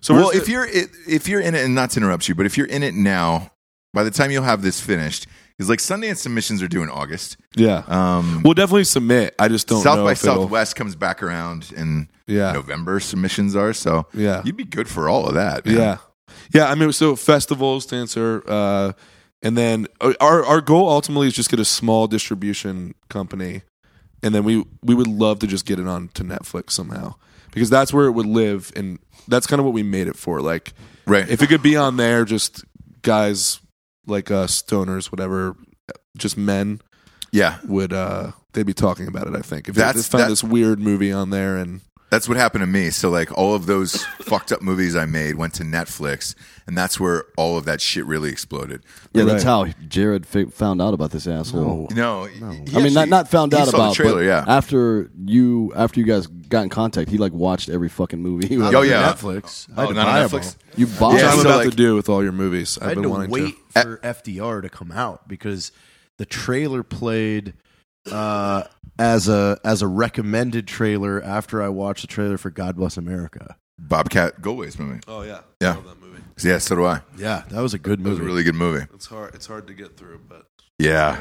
S6: So
S1: well,
S6: we're-
S1: if you're i- if you're in it, and not to interrupt you, but if you're in it now, by the time you'll have this finished, because like Sundance submissions are due in August.
S6: yeah,
S1: Um,
S6: we'll definitely submit. I just don't
S1: South
S6: know
S1: by
S6: if it'll-
S1: Southwest comes back around in
S6: Yeah.
S1: November. Submissions are so
S6: Yeah.
S1: you'd be good for all of that. man.
S6: Yeah. Yeah. I mean, so festivals to answer. Uh, and then uh, our, our goal ultimately is just get a small distribution company and then we we would love to just get it on to Netflix somehow because that's where it would live, and that's kind of what we made it for. Like,
S1: Right.
S6: if it could be on there, just guys like us, stoners, whatever, just men
S1: yeah,
S6: would uh they'd be talking about it. I think if
S1: That's-
S6: they just found
S1: that-
S6: this weird movie on there and
S1: that's what happened to me. So like all of those fucked up movies I made went to Netflix, and that's where all of that shit really exploded.
S4: Yeah, that's
S6: Right.
S4: how Jared fi- found out about this asshole.
S1: No, he
S4: I mean, not
S1: actually-
S4: not found
S1: he
S4: out
S1: saw
S4: about.
S1: the trailer.
S4: but
S1: yeah,
S4: After you, after you guys got in contact, he like watched every fucking movie. He was
S1: Oh,
S4: like,
S1: yeah.
S7: Netflix.
S1: oh, not on Netflix.
S4: you bought.
S1: Yeah,
S6: That's what
S1: so,
S6: I'm about
S1: like-
S6: to do with all your movies. I've
S7: I had
S6: been
S7: to
S6: wanting
S7: wait
S6: to.
S1: Eh.
S7: for FDR to come out because the trailer played uh, as a as a recommended trailer after I watched the trailer for God Bless America.
S1: Bobcat Goldways movie.
S6: Oh yeah,
S1: Yeah.
S6: Love that movie.
S1: Yeah, so do I.
S7: Yeah, that was a good
S1: It was
S7: movie.
S1: a really good movie.
S6: It's hard. It's hard to get through, but
S1: Yeah,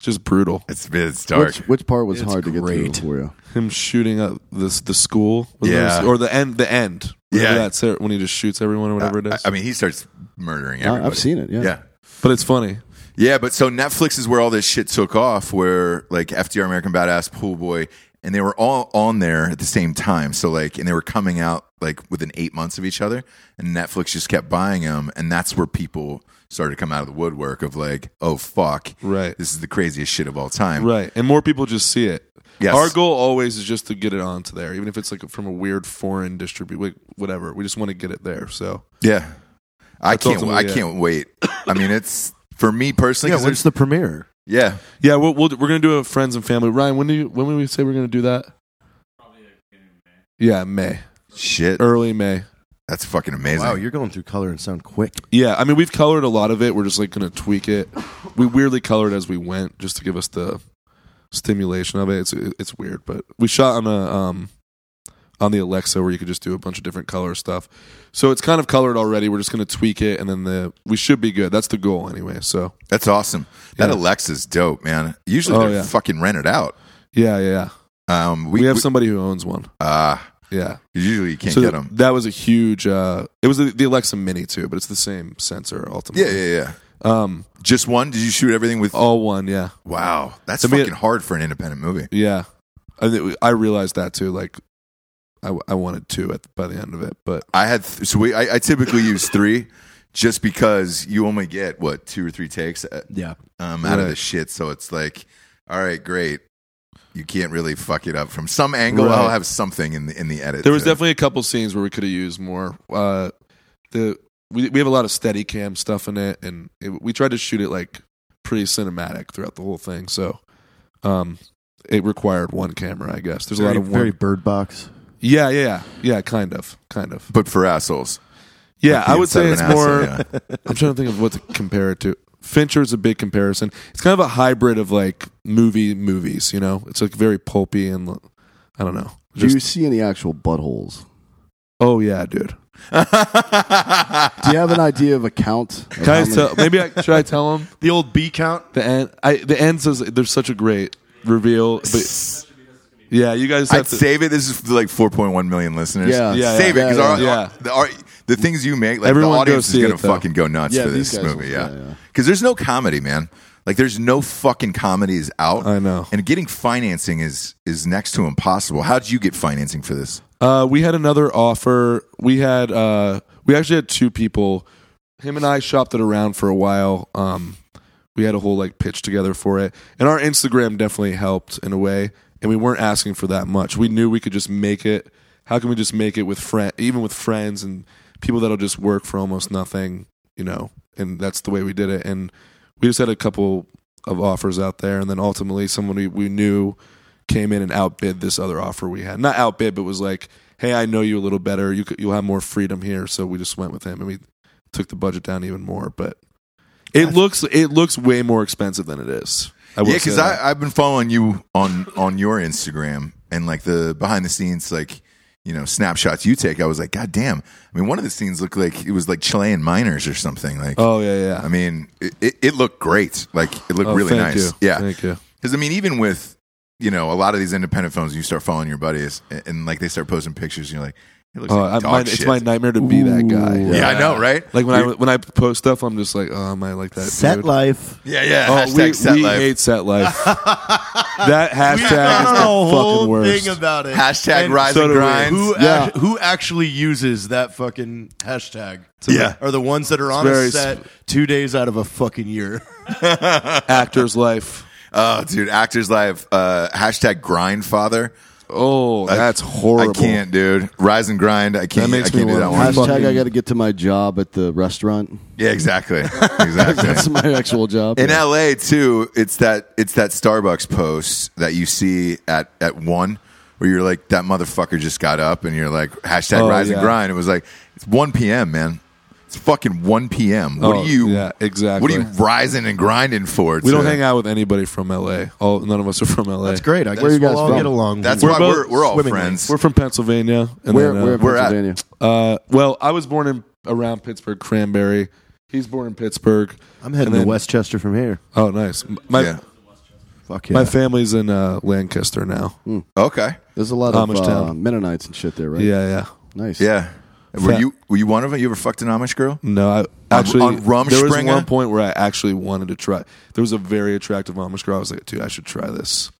S6: just brutal.
S1: it's it's dark.
S4: Which, which part was
S7: It's
S4: hard to get
S7: great.
S4: through for you?
S6: Him shooting up this the school, Was
S1: Yeah.
S6: it- or the end, the end. Remember
S1: Yeah. Uh,
S6: that ser- when he just shoots everyone or whatever it
S1: I-
S6: is.
S1: I, mean, he starts murdering
S4: I-
S1: everybody.
S4: I've seen it. Yeah.
S1: Yeah.
S6: but it's funny.
S1: Yeah, but so Netflix is where all this shit took off, where like FDR, American Badass, Pool Boy, and they were all on there at the same time. So like, and they were coming out like within eight months of each other, and Netflix just kept buying them, and that's where people started to come out of the woodwork of like, oh fuck,
S6: Right.
S1: this is the craziest shit of all time.
S6: Right, and more people just see it.
S1: Yes.
S6: Our goal always is just to get it onto there, even if it's like from a weird foreign distribute, whatever. We just want to get it there. So
S1: Yeah, I
S6: That's
S1: can't. I
S6: ultimately it.
S1: can't wait. I mean, it's for me personally.
S7: yeah,
S1: 'cause
S7: when's the premiere?
S1: there's- yeah.
S6: yeah, we'll, we'll, we're gonna do a friends and family. Ryan, when do you, when would we say we're gonna do that? Probably yeah, May,
S1: Shit,
S6: early May.
S1: that's fucking amazing.
S7: Wow, you're going through color and sound quick.
S6: Yeah, I mean we've colored a lot of it. We're just like gonna tweak it. We weirdly colored as we went, just to give us the stimulation of it. It's it's weird, but we shot on a um on the Alexa where you could just do a bunch of different color stuff. So it's kind of colored already. We're just gonna tweak it, and then the we should be good. That's the goal anyway. So
S1: that's awesome. That
S6: Yeah.
S1: Alexa's dope, man. Usually
S6: Oh,
S1: they're
S6: yeah.
S1: fucking rented out.
S6: yeah, yeah, yeah.
S1: Um,
S6: We, have somebody who owns one.
S1: Ah,
S6: Yeah,
S1: usually you can't
S6: so
S1: get
S6: that,
S1: them.
S6: that was a huge. uh It was the, the Alexa Mini too, but it's the same sensor
S1: Yeah,
S6: ultimately.
S1: yeah, yeah.
S6: Um,
S1: Just one? Did you shoot everything with?
S6: all one. Yeah.
S1: wow, that's
S6: I mean,
S1: fucking hard for an independent movie.
S6: Yeah, I think I realized that too. Like, I, I wanted two at by the end of it, but
S1: I had th- so we, I, I typically use three, just because you only get what two or three takes uh,
S7: Yeah,
S1: um, out of
S6: Right.
S1: this shit. So it's like, all right, great. You can't really fuck it up from some angle.
S6: Right.
S1: I'll have something in the in the edit.
S6: there was
S1: to-
S6: definitely a couple scenes where we could have used more. Uh, the we we have a lot of steady cam stuff in it, and it, we tried to shoot it like pretty cinematic throughout the whole thing. So, um, it required one camera, I guess. There's a lot
S7: very,
S6: of one.
S7: very Bird Box.
S6: yeah, yeah, yeah, yeah, kind of, kind of.
S1: but for assholes.
S6: Yeah,
S1: Like the
S6: I would say it's
S1: inside of an
S6: more.
S1: asshole,
S6: I'm trying to think of what to compare it to. Fincher's a big comparison. It's kind of a hybrid of like movie movies, you know. It's like very pulpy and l- I don't know.
S4: Do you
S6: Just
S4: see any actual buttholes?
S6: oh yeah, dude.
S4: Do you have an idea of a count? of how
S6: Guys,
S4: many-
S6: tell, maybe I, should I tell him
S7: The old B count.
S6: the end? I the end says there's such a great reveal, but yeah, you guys have
S1: I'd
S6: to.
S1: save it. This is for like 4.1 million listeners.
S4: Yeah.
S6: Yeah,
S1: save
S4: yeah.
S1: it because
S4: Yeah,
S1: our,
S6: yeah.
S1: our- the, our- the things you make, like
S6: Everyone
S1: the
S6: go
S1: audience
S6: see
S1: is gonna
S6: it, though.
S1: fucking go nuts
S4: Yeah,
S1: for
S4: these
S1: this
S4: guys
S1: movie.
S4: will-
S1: yeah,
S4: yeah,
S1: because
S4: yeah.
S1: there's no comedy, man. Like there's no fucking comedies out.
S6: I know.
S1: And getting financing is is next to impossible. How would you get financing for this?
S6: Uh, we had another offer. We had uh, we actually had two people. Him and I shopped it around for a while. Um, we had a whole like pitch together for it, and our Instagram definitely helped in a way. And we weren't asking for that much. We knew we could just make it. How can we just make it with friend, even with friends and people that'll just work for almost nothing, you know? And that's the way we did it. And we just had a couple of offers out there, and then ultimately someone we, we knew came in and outbid this other offer we had. Not outbid, but was like, "Hey, I know you a little better. You could, you'll have more freedom here." So we just went with him, and we took the budget down even more. But it looks it looks way more expensive than it is. I will
S1: yeah, because
S6: say that.
S1: I've been following you on on your Instagram and like the behind the scenes like you know snapshots you take. I was like, God damn! I mean, one of the scenes looked like it was like Chilean miners or something. Like,
S6: oh yeah yeah.
S1: I mean, it, it, it looked great. Like it looked
S6: Oh,
S1: really
S6: thank
S1: nice.
S6: you.
S1: Yeah,
S6: thank you.
S1: because I mean, even with you know a lot of these independent films, you start following your buddies and, and, like they start posting pictures, and you're like, He looks
S6: Oh,
S1: like
S6: I-
S1: dog
S6: my-
S1: shit.
S6: it's my nightmare to be that guy.
S1: yeah, I know, right?
S6: Like when I when I post stuff, I'm just like, oh, am I like that?
S8: Set
S6: dude?
S8: life.
S1: Yeah, yeah.
S6: Oh,
S1: hashtag
S6: we,
S1: set
S6: we
S1: life.
S6: hate set life. that hashtag is
S3: We've
S6: the
S3: done a
S6: fucking
S3: whole
S6: worst.
S3: thing about it.
S1: Hashtag
S3: And
S1: rise
S6: so
S1: and
S6: do we.
S1: grind.
S3: Who,
S4: Yeah.
S3: act- who actually uses that fucking hashtag?
S1: Yeah.
S3: Are the ones that are on
S6: very
S3: a set two days out of a fucking year.
S6: Actor's life.
S1: Oh, dude, Actors Live. Uh, hashtag Grindfather.
S6: Oh,
S1: I-
S6: that's horrible.
S1: I can't, dude. Rise and grind. I can't.
S6: That makes
S1: I can't
S6: me
S1: do that
S6: wanna-
S1: one.
S4: Hashtag
S6: fucking-
S4: I got to get to my job at the restaurant.
S1: Yeah, exactly. Exactly.
S4: That's my actual job.
S1: In
S4: Yeah.
S1: LA too, it's that it's that Starbucks post that you see at at one where you're like that motherfucker just got up and you're like hashtag
S6: Oh,
S1: rise and
S6: yeah.
S1: grind. It was like it's one p.m. man. It's fucking one p.m. What
S6: Oh,
S1: are you?
S6: yeah, exactly.
S1: What are you rising and grinding for?
S6: We don't hang out with anybody from LA. All none of us are from LA.
S3: That's great. I guess
S4: you guys
S3: we'll all
S4: from?
S3: get along.
S1: That's
S6: We're
S1: why
S6: both
S1: we're we're all
S3: swimmingly.
S1: friends.
S6: We're from Pennsylvania. And
S4: Where,
S6: then, uh,
S4: where in
S1: We're at-
S4: Pennsylvania?
S6: uh, well, I was born in around Pittsburgh, Cranberry. He's born in Pittsburgh.
S8: I'm heading
S6: And then-
S8: to Westchester from here.
S6: Oh, nice. My
S1: Yeah.
S8: Fuck yeah.
S6: my family's in uh, Lancaster now.
S1: Okay.
S4: There's a lot
S6: Amish
S4: of uh,
S6: town.
S4: Mennonites and shit there, right?
S6: Yeah, yeah.
S4: Nice.
S1: Yeah. Were
S6: Fat-
S1: you were you one of them? You ever fucked an Amish girl?
S6: No, I actually
S1: on Rumspringa?
S6: there was one point where I actually wanted to try. There was a very attractive Amish girl. I was like, dude, I should try this.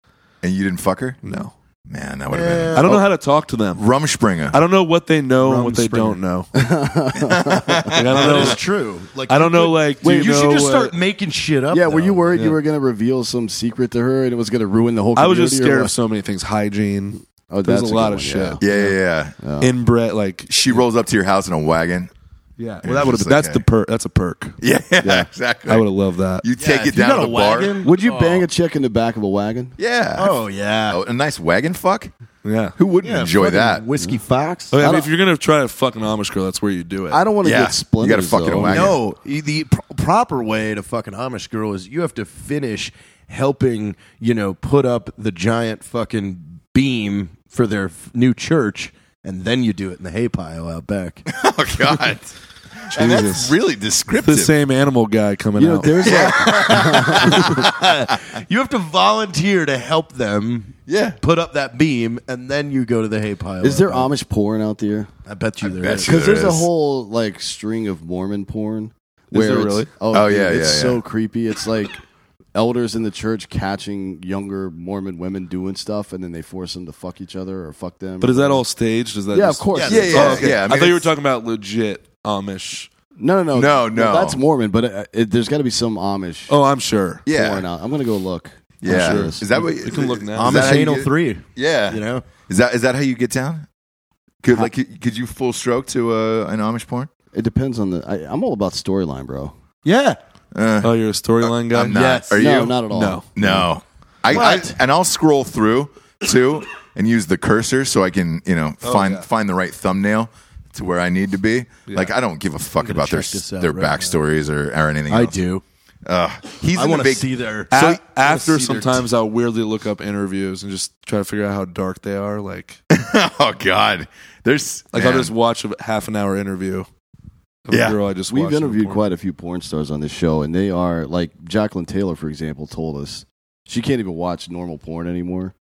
S1: And you didn't fuck her?
S6: No,
S1: Man, that would have been
S6: I don't know how to talk to them.
S1: Rumspringer.
S6: I don't know what they know and what they
S8: Rumspringa.
S6: don't know. Like, I don't
S3: That
S6: know.
S3: is true. Like
S6: I don't know. Like, do
S3: Wait,
S6: you,
S3: you, should
S6: know
S3: just
S6: what-
S3: start making shit up.
S4: Yeah, were you worried
S6: Yeah.
S4: you were going to reveal some secret to her and it was going to ruin the whole
S6: I was just
S4: community or
S6: scared
S4: what?
S6: of so many things. Hygiene,
S4: Oh,
S6: There's
S4: that's
S6: a lot
S4: good
S6: of
S4: one,
S6: shit.
S4: yeah.
S1: yeah, yeah, yeah.
S6: inbred, like
S1: She rolls up to your house in a wagon.
S6: yeah.
S1: Yeah,
S6: Well, that would have
S1: just
S6: been.
S1: like
S6: That's the
S1: a-
S6: perk. That's a perk.
S1: Yeah, exactly.
S6: I would have loved that.
S1: you take it
S3: if you
S1: down
S3: got
S1: to
S3: a
S1: the bar.
S3: wagon-
S4: Would you bang a chick in the back of a wagon?
S1: Yeah.
S3: Oh yeah.
S1: Oh, a nice wagon fuck?
S6: yeah.
S1: Who wouldn't
S3: Yeah,
S1: enjoy
S3: fucking
S1: that?
S3: Whiskey Fox.
S6: I mean,
S4: I don't-
S6: if you're gonna try to fuck an Amish girl, that's where you do it.
S4: I don't want to
S1: Yeah.
S4: get splinters.
S1: You gotta fuck it
S4: though.
S1: away.
S3: No, e, the pr- proper way to fuck an Amish girl is you have to finish helping, you know, put up the giant fucking beam for their f- new church, and then you do it in the hay pile out back.
S1: Oh God. And that's
S6: Jesus.
S1: really
S6: the
S1: descriptive.
S6: same animal guy coming
S4: You know,
S6: out.
S4: there's uh, like,
S3: you have to volunteer to help them.
S1: Yeah.
S3: Put up that beam, and then you go to the hay pile.
S4: is there
S3: out
S4: Amish porn out there?
S3: back. I bet you there
S1: bet
S3: is.
S1: you.
S4: Because there's
S1: There
S4: a
S1: is.
S4: whole like string of Mormon porn.
S6: there
S4: it's-
S6: really?
S4: Oh,
S1: Oh,
S4: dude,
S1: yeah,
S4: It's
S1: yeah,
S4: so
S1: yeah.
S4: creepy. It's like elders in the church catching younger Mormon women doing stuff, and then they force them to fuck each other or fuck them.
S6: But is that all staged? Is that
S4: Yeah,
S6: just-
S4: of course.
S1: Yeah, yeah,
S6: Oh, okay.
S1: yeah.
S6: I,
S1: I mean,
S6: thought you were
S1: it's-
S6: talking about legit Amish.
S4: No, no, no,
S1: No,
S4: Well,
S1: no.
S4: that's Mormon, but uh it, there's got to be some Amish
S6: Oh, I'm sure.
S1: Yeah.
S4: porn out. I'm gonna go look. I'm
S1: yeah.
S4: sure it
S1: Is that what
S6: We can look now.
S1: is that
S3: Amish
S1: how you
S3: anal
S1: get-
S3: three.
S1: Yeah.
S3: You know.
S1: Is that is that how you get down? Could like could could you full stroke to uh, an Amish porn?
S4: It depends on the. I, I'm all about storyline, bro.
S3: Yeah.
S1: Uh,
S6: Oh, you're a storyline guy.
S1: I'm not.
S3: yes.
S1: Are you?
S4: no, not at all.
S6: No.
S1: No. I, I
S3: What?
S1: and I'll scroll through too and use the cursor so I can you know
S3: Oh,
S1: find
S6: yeah.
S1: find the right thumbnail to where I need to be. Like I don't give a fuck about their
S3: check this out
S1: their
S3: right now.
S1: backstories or, or anything.
S3: I
S1: else.
S3: do.
S1: Ugh. he's
S3: I
S1: in
S3: want
S1: a
S3: to
S1: big.
S3: see their.
S6: A-
S1: So-
S6: after
S3: see their
S6: sometimes I'll weirdly look up interviews and just try to figure out how dark they are. Like,
S1: oh God, there's
S6: like I'll
S1: man.
S6: just watch a half an hour interview. Of
S1: Yeah.
S6: a girl I just
S4: We've
S6: watched in
S4: interviewed
S6: porn.
S4: quite a few porn stars on this show, and they are like Jacqueline Taylor, for example, told us she can't even watch normal porn anymore.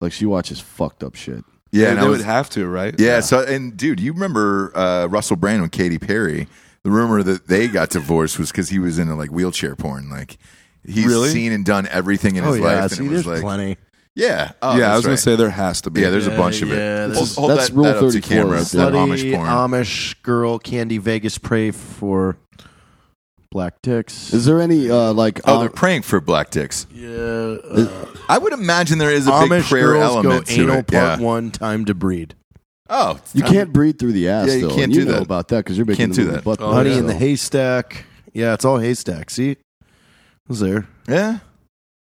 S4: Like she watches fucked up shit.
S1: yeah.
S6: They,
S1: and I
S6: they
S1: was-
S6: would have to, right?
S1: Yeah, So, and dude, you remember uh, Russell Brand and Katy Perry? The rumor that they got divorced was because he was into like wheelchair porn. Like he's
S6: Really?
S1: seen and done everything in his life.
S3: Oh, see,
S1: and it
S3: there's
S1: was like,
S3: plenty.
S1: yeah, oh,
S6: yeah. I
S1: that's
S6: was gonna
S1: right.
S6: say there has to be.
S1: Yeah, there's a bunch of it.
S3: yeah,
S1: Hold-
S3: that's-
S1: hold
S4: that's
S1: that,
S4: Rule
S1: that up to
S4: 34.
S1: camera. It's that Amish
S3: Bloody
S1: porn.
S3: Amish girl Candy Vegas pray for black dicks.
S4: Is there any uh, like
S1: oh,
S4: Am-
S1: they're praying for black dicks.
S3: yeah,
S1: I would imagine there is a big
S3: Amish
S1: prayer
S3: girls
S1: element
S3: go
S1: to
S3: anal
S1: it.
S3: part
S1: yeah.
S3: one time to breed.
S1: Oh, it's
S4: you
S1: time-
S4: can't breathe through the ass?
S1: Yeah, you
S4: though,
S1: can't
S4: and
S1: do
S4: know
S1: that.
S4: about that because you're making
S1: Can't
S4: the
S1: do
S4: movie
S1: that.
S4: Butt
S6: Oh,
S3: Honey
S6: yeah.
S3: in the haystack. Yeah, it's all haystack. See, It was there?
S1: Yeah.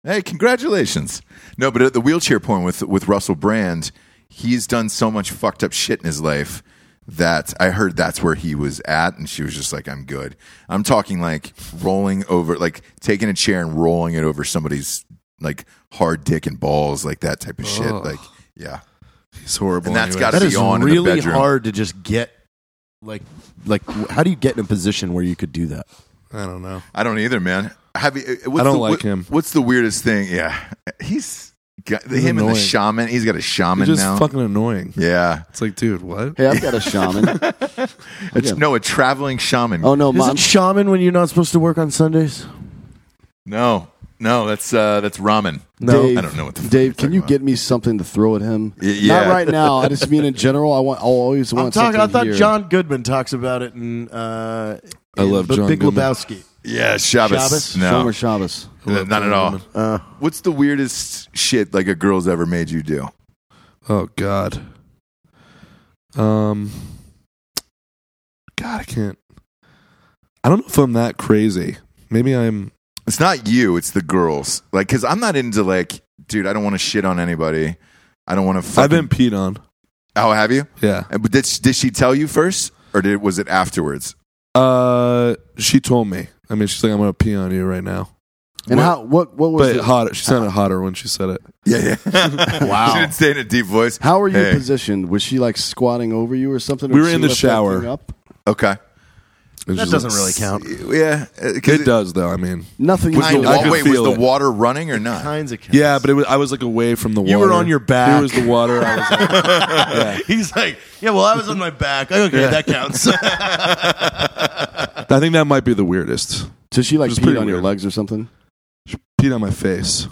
S1: Hey, congratulations. No, but at the wheelchair porn with with Russell Brand, he's done so much fucked up shit in his life that I heard that's where he was at, and she was just like, "I'm good." I'm talking like rolling over, like taking a chair and rolling it over somebody's like hard dick and balls, like that type of shit.
S6: Ugh.
S1: Like, yeah,
S6: It's horrible.
S1: And that's
S6: anyways.
S1: gotta
S3: That
S1: be
S3: is
S1: on in the
S3: really
S1: bedroom.
S3: hard to just get. Like, like, how do you get in a position where you could do that?
S6: I don't know.
S1: I don't either, man. Have you? uh, What's
S6: I don't
S1: the,
S6: like
S1: what-
S6: him.
S1: What's the weirdest thing? Yeah, he's god, him and the
S6: annoying.
S1: shaman. He's got a shaman
S6: It's just
S1: now.
S6: fucking annoying.
S1: yeah,
S6: It's like, dude, what?
S4: Hey, I've got a shaman.
S1: it's, no, a traveling shaman.
S4: Oh no,
S9: Isn't
S4: mom.
S9: shaman when you're not supposed to work on Sundays?
S1: no, no, that's uh, that's ramen.
S4: Dave,
S1: I don't know what the fuck you're
S4: Dave, can
S1: talking
S4: you
S1: about.
S4: get me something to throw at him?
S1: Y- yeah.
S4: Not right now. I just mean in general. I want. I always want.
S9: I'm talking. I
S4: something
S9: thought
S4: here.
S9: John Goodman talks about it in. Uh,
S6: I
S9: in
S6: love
S9: the
S6: John
S9: Big
S6: Goodman.
S9: Lebowski.
S1: Yeah, Shabbos.
S9: Shabbos?
S1: No,
S4: Shomer Shabbos.
S1: not at all. What's the weirdest shit like a girl's ever made you do?
S6: Oh God. Um. God, I can't. I don't know if I'm that crazy. Maybe I'm.
S1: It's not you. It's the girls. Like, because I'm not into like, dude. I don't want to shit on anybody. I don't want to.
S6: I've been peed on.
S1: Oh, have you?
S6: Yeah.
S1: Uh, But did did she tell you first, or did was it afterwards?
S6: Uh, she told me. I mean, she's like, "I'm gonna pee on you right now."
S4: And how? What? What was
S6: But
S4: it?
S6: hotter. She sounded hotter when she said it.
S1: Yeah, yeah.
S4: Wow.
S1: she didn't say in a deep voice.
S4: How were you
S1: Hey.
S4: positioned? Was she like squatting over you or something?
S6: We
S4: Or
S6: were
S4: she
S6: in the
S4: left that
S6: shower.
S4: thing up?
S1: Okay.
S6: And
S3: That
S6: she's
S3: doesn't
S6: like,
S3: really count.
S1: Yeah. uh, 'cause
S6: It does though. I mean,
S4: Nothing.
S1: Was the
S4: you
S6: I
S1: wa-
S6: could
S1: wait, was
S6: feel
S1: the
S6: it.
S1: water running or not?
S3: Kinds of counts.
S6: yeah, but it was, I was like away from the water.
S3: You were on your back.
S6: Here was the water. I was like, yeah.
S3: He's like, yeah, well, I was on my back. Okay, that counts.
S6: I think that might be the weirdest.
S4: So she like
S6: It was pretty
S4: peed on your
S6: weird.
S4: legs or something?
S6: Peed on my face.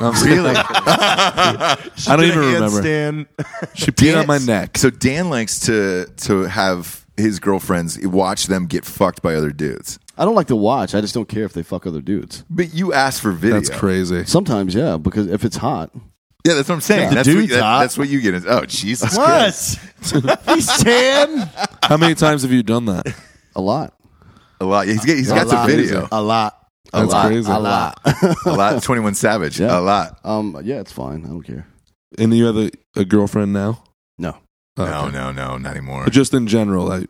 S6: I'm-
S1: Really?
S6: I don't even remember.
S3: Handstand.
S6: She peed on my
S1: Yes.
S6: neck.
S1: So Dan likes to to have his girlfriends watch them get fucked by other dudes.
S4: I don't like to watch. I just don't care if they fuck other dudes.
S1: But you asked for video.
S6: That's crazy.
S4: Sometimes, yeah, because if it's hot,
S1: Yeah, that's what I'm saying.
S3: The
S1: That's what,
S3: dude's
S1: that-
S3: hot.
S1: that's what you get. Is, oh, Jesus Christ.
S3: What? He's tan.
S6: How many times have you done that?
S4: a lot.
S1: A lot. He's, got- he's got
S4: lot,
S1: some video.
S4: A lot. A
S6: That's
S4: lot.
S6: crazy.
S4: A lot.
S1: A lot. 21 Savage.
S4: Yeah.
S1: A lot.
S4: um, yeah, it's fine. I don't care.
S6: And you have a, a girlfriend now?
S4: No.
S6: Oh,
S1: No,
S6: okay.
S1: no, no, not anymore.
S6: But just in general, I,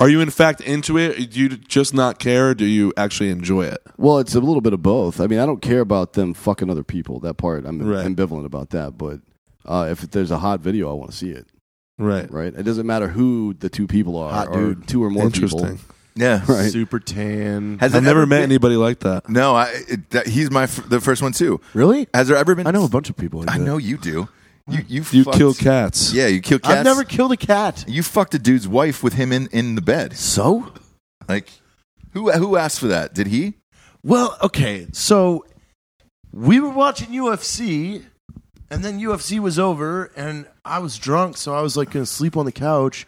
S6: are you in fact into it? Do you just not care? Or do you actually enjoy it?
S4: Well, it's a little bit of both. I mean, I don't care about them fucking other people. That part, I'm
S6: Right.
S4: ambivalent about that. But uh, if there's a hot video, I want to see it.
S6: Right.
S4: Right? It doesn't matter who the two people are,
S3: Hot
S4: or
S3: dude.
S4: two or more
S6: Interesting.
S4: people.
S1: Yeah.
S4: Right.
S3: Super tan.
S1: Has
S6: I've
S1: it
S6: never
S1: ever
S6: met
S1: been-
S6: anybody like that.
S1: No, I, it, that, he's my f- the first one too.
S4: Really?
S1: Has there ever been?
S4: I know a bunch of people. Like
S1: I
S4: that.
S1: know you do. You you
S6: You
S1: fucked-
S6: kill cats.
S1: Yeah, you kill cats.
S3: I've never killed a cat.
S1: You fucked a dude's wife with him in in the bed.
S3: So?
S1: Like, who who asked for that? Did he?
S3: Well, okay. So we were watching UFC, and then UFC was over, and I was drunk, so I was like gonna sleep on the couch.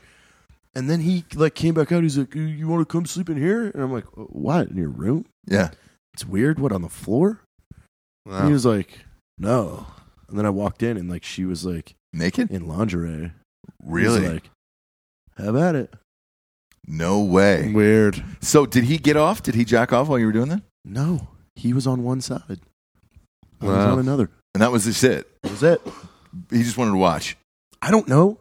S3: And then he like came back out. He's like, "You, you want to come sleep in here?" And I'm like, "Uh, "What in your room?
S1: Yeah.
S3: It's weird. What on the floor?" And he was like, "No." And then I walked in, and like she was like
S1: Naked?
S3: in lingerie. He's
S1: Really?
S3: like, how about it?
S1: no way.
S6: Weird.
S1: So did he get off? Did he jack off while you were doing that?
S3: No, he was on one side. I was
S6: Wow.
S3: on another.
S1: And that was just it.
S3: That was it.
S1: He just wanted to watch.
S3: I don't know.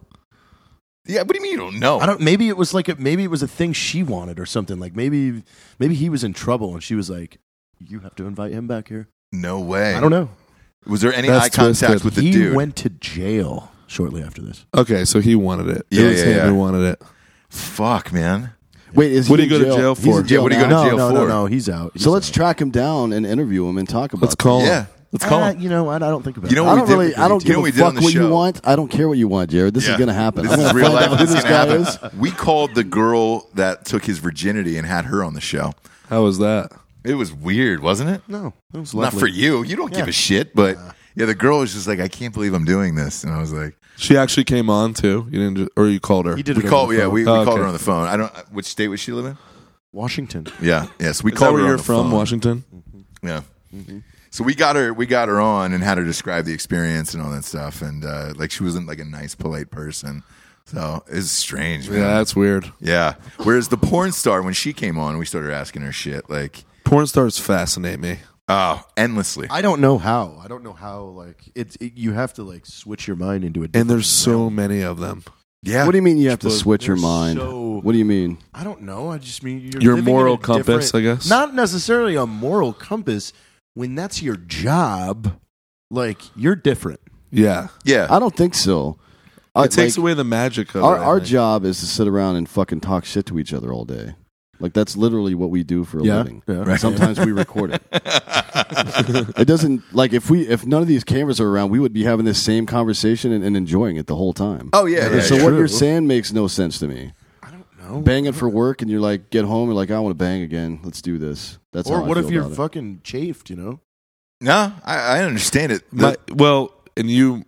S1: Yeah. What do you mean you don't know?
S3: I don't. Maybe it was like a, maybe it was a thing she wanted or something. Like maybe maybe he was in trouble and she was like, "You have to invite him back here."
S1: no way.
S3: I don't know.
S1: Was there any
S6: That's
S1: eye contact
S6: twisted.
S1: with the
S3: he
S1: dude?
S3: went to jail shortly after this.
S6: Okay, so he wanted it.
S1: Yeah,
S6: it was
S1: yeah,
S6: him
S1: yeah.
S6: who wanted it.
S1: Fuck, man.
S4: Wait, is
S6: What
S4: he
S6: do you
S4: in
S6: go to jail
S4: He's in
S6: for? Yeah,
S1: what do you go to
S4: now?
S3: no,
S1: jail
S3: no,
S1: for?
S3: no, no. He's out. He's
S4: So let's
S3: out.
S4: track him down and interview him and talk about.
S6: Let's call him.
S1: Yeah. Uh, Let's call
S3: Ah,
S1: him.
S3: you know, I, I don't think about.
S1: You know
S3: it.
S1: what
S4: I
S1: we
S4: don't
S1: did
S4: really.
S1: with the
S4: I don't
S1: DT? You know
S4: give
S1: what we
S4: a
S1: did on
S4: fuck
S1: the
S4: what
S1: show?
S4: you want. I don't care what you want, Jared. This
S1: Yeah.
S4: is gonna happen.
S1: This
S4: I'm
S1: is
S4: gonna
S1: real life.
S4: find out who
S1: It's
S4: this
S1: gonna
S4: guy
S1: happen.
S4: is.
S1: We called the girl that took his virginity and had her on the show.
S6: How was that?
S1: It was weird, wasn't it?
S3: no, it was
S1: Not
S3: lovely.
S1: for you. You don't give a shit. But yeah, the girl was just like, I can't believe I'm doing this, and I was like,
S6: She actually came on too. You didn't, ju- or you called her.
S3: He did
S1: We
S3: it.
S1: called.
S3: over the
S1: Yeah,
S3: phone.
S1: we, we
S6: Oh,
S1: called
S6: okay.
S1: her on the phone. I don't. Which state was she living? in?
S3: Washington.
S1: Yeah. Yes, we
S6: Is that
S1: called
S6: where
S1: her. on
S6: you're
S1: the
S6: from,
S1: phone.
S6: Washington?
S1: Yeah. So we got her. We got her on and had her describe the experience and all that stuff. And uh, like, she wasn't like a nice, polite person. So it's strange. Man.
S6: Yeah, that's weird.
S1: Yeah. Whereas the porn star, when she came on, we started asking her shit like,
S6: Porn stars fascinate me.
S1: oh, endlessly.
S3: I don't know how. I don't know how. Like it's it, you have to like switch your mind into a.
S6: And
S3: different
S6: there's
S3: realm.
S6: so many of them.
S1: Yeah.
S4: What do you mean you have to switch your
S3: They're
S4: mind?
S3: so-
S4: What do you mean?
S3: I don't know. I just mean you're
S6: Your
S3: living in a
S6: moral compass,
S3: different-
S6: I guess?
S3: Not necessarily a moral compass. When that's your job, like you're different.
S6: Yeah,
S1: yeah.
S4: I don't think so. I-
S6: it takes
S4: like,
S6: away the magic of
S4: our
S6: it, I
S4: our
S6: think.
S4: job is to sit around and fucking talk shit to each other all day. Like that's literally what we do for a
S3: Yeah,
S4: living.
S3: yeah.
S4: Sometimes we record it. it doesn't like if we if none of these cameras are around, we would be having this same conversation and, and enjoying it the whole time.
S1: Oh, yeah,
S4: And
S1: yeah,
S4: so
S1: yeah.
S4: what
S1: True.
S4: you're saying makes no sense to me. I don't know. Bang it for work, and you're like, get home, and like, I want to bang again. Let's do this. That's
S3: or
S4: how I
S3: what
S4: feel
S3: if you're
S4: about it.
S3: fucking chafed? You know,
S1: No, I, I understand it. The-
S6: My, well, and you,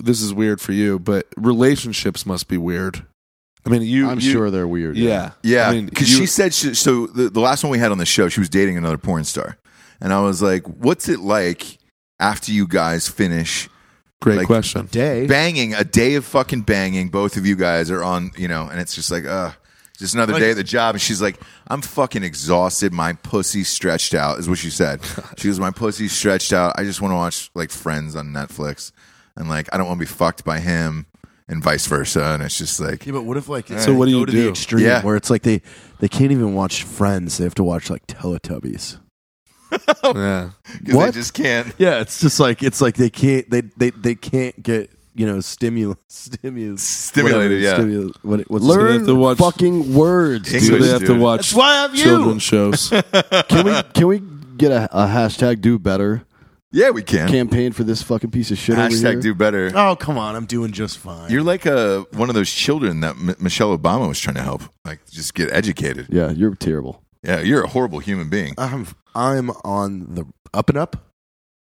S6: this is weird for you, but relationships must be weird. I mean, you.
S4: I'm
S6: you-
S4: sure they're weird.
S6: Yeah.
S1: yeah,
S6: I mean,
S1: because
S6: you-
S1: she said she, so. The, the last one we had on the show, she was dating another porn star, and I was like, "What's it like after you guys finish
S6: Great
S1: like-
S6: question.
S3: day.
S1: banging a day of fucking banging? Both of you guys are on, you know, and it's just like, uh, just another day at the job." And she's like, "I'm fucking exhausted. My pussy stretched out," is what she said. She goes, "My pussy stretched out. I just want to watch like Friends on Netflix, and like I don't want to be fucked by him." And vice versa, and it's just like
S3: Yeah, but what if like
S6: So what do
S3: go
S6: you
S3: to
S6: do?
S3: the extreme
S1: Yeah.
S3: where it's like they they can't even watch Friends; they have to watch like Teletubbies.
S6: Yeah.
S1: 'cause they
S3: What?
S1: just can't.
S3: Yeah, it's just like it's like they can't they they, they can't get you know stimulus stimulus
S1: Stimulated, yeah.
S3: stimulus, what, what's
S6: So they
S4: Learn
S6: have to watch-
S4: fucking words.
S1: English,
S6: So they have to
S1: dude.
S6: watch
S7: That's why I'm you.
S6: children's shows.
S4: Can we can we get a, a hashtag do better
S1: Yeah, we can.
S4: campaign for this fucking piece of shit? over here?
S1: Hashtag do better.
S3: Oh come on, I'm doing just fine.
S1: You're like a one of those children that M- Michelle Obama was trying to help, like just get educated.
S4: Yeah, you're terrible.
S1: Yeah, you're a horrible human being.
S3: I'm I'm on the up and up.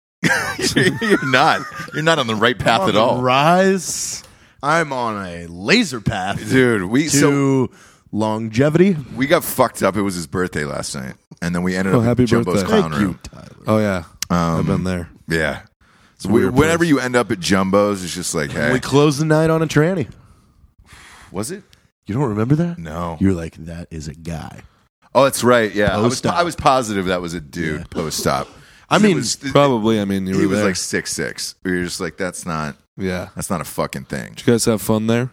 S1: you're not. You're not on the right path
S3: I'm
S1: at
S3: on
S1: all,
S3: the Rise. I'm on a laser path
S1: dude. We
S3: to
S1: so
S3: longevity.
S1: we got fucked up. It was his birthday last night, and then we ended
S6: Oh,
S1: up
S6: happy
S1: at Jumbo's
S6: birthday.
S1: Clown Room.
S3: Tyler.
S6: Oh yeah, I've
S1: Um,
S6: been there.
S1: Yeah.
S6: a
S1: We-
S6: weird place.
S1: whenever you end up at Jumbo's, it's just like, hey,
S3: We closed the night on a tranny.
S1: was it?
S3: You don't remember that?
S1: No.
S3: You're like that is a guy.
S1: Oh, that's right. Yeah, I was,
S3: Post-op.
S1: I was positive that was a dude post stop.
S3: I mean,
S6: Probably. I mean, you
S1: he
S6: were
S1: was
S6: there.
S1: like six six. We were just like, that's not
S6: yeah.
S1: that's not a fucking thing.
S6: Did you guys have fun there?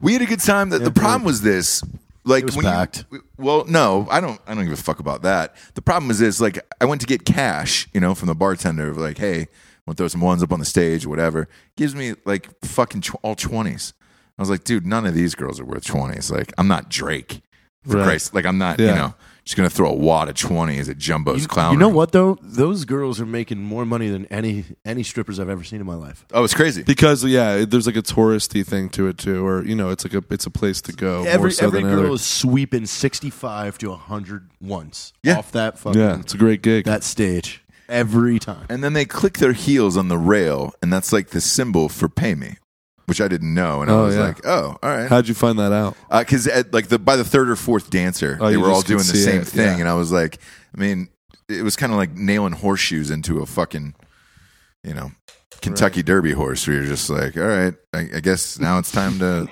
S1: We had a good time. The, the problem was this. Like
S3: was
S1: when you-
S3: packed.
S1: w- well, no, I don't. I don't give a fuck about that. The problem is this. Like I went to get cash, you know, from the bartender. Like, hey, want to throw some ones up on the stage or whatever. Gives me like fucking tw- all twenties. I was like, dude, none of these girls are worth twenties. Like I'm not Drake. For
S6: Right.
S1: Christ, like I'm not. You
S6: Yeah.
S1: know, just gonna throw a wad of twenties at Jumbo's
S3: you,
S1: clown.
S3: you know
S1: room.
S3: what though? Those girls are making more money than any any strippers I've ever seen in my life.
S1: Oh, it's crazy.
S6: Because yeah, it- there's like a touristy thing to it too, or you know, it's like a it's a place to go. Oh, more
S3: every
S6: so
S3: every
S6: than
S3: girl
S6: other.
S3: is sweeping sixty five to hundred once
S1: Yeah.
S3: off that fucking
S6: yeah, it's a great gig.
S3: that stage every time.
S1: And then they click their heels on the rail, and that's like the symbol for pay me, which I didn't know. And I
S6: Oh,
S1: was
S6: yeah.
S1: like, oh, all right.
S6: How'd you find that out?
S1: because at like the by the third or fourth dancer,
S6: Oh,
S1: they
S6: you
S1: were all
S6: just could
S1: doing the
S6: see
S1: same
S6: it,
S1: thing,
S6: yeah.
S1: and I was like, I mean, it was kind of like nailing horseshoes into a fucking, you know, Kentucky Derby horse. Where you're just like, all right, I, I guess now it's time to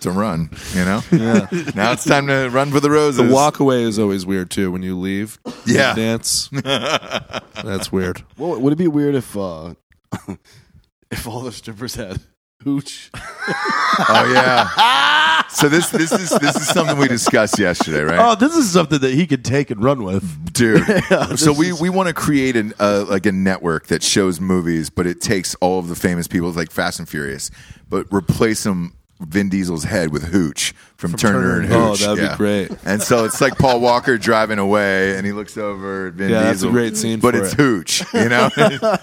S1: to run. You know, now it's time to run for the
S6: The
S1: roses.
S6: walk away is always weird too when you leave. the
S1: Yeah.
S6: dance. That's weird.
S4: Well, would it be weird if uh, if all the strippers had hooch?
S1: Oh yeah. so this this is this is something we discussed yesterday, right?
S3: Oh, this is something that he could take and run with.
S1: dude. so we, we want to create an uh, like a network that shows movies, but it takes all of the famous people like Fast and Furious, but replace them Vin Diesel's head with Hooch from, Turner, and
S6: Turner. Oh,
S1: Hooch.
S6: that'd be great.
S1: And so it's like Paul Walker driving away, and he looks over at Vin
S6: Yeah, that's a
S1: Diesel.
S6: great scene
S1: but
S6: for
S1: it's
S6: it.
S1: Hooch. You know,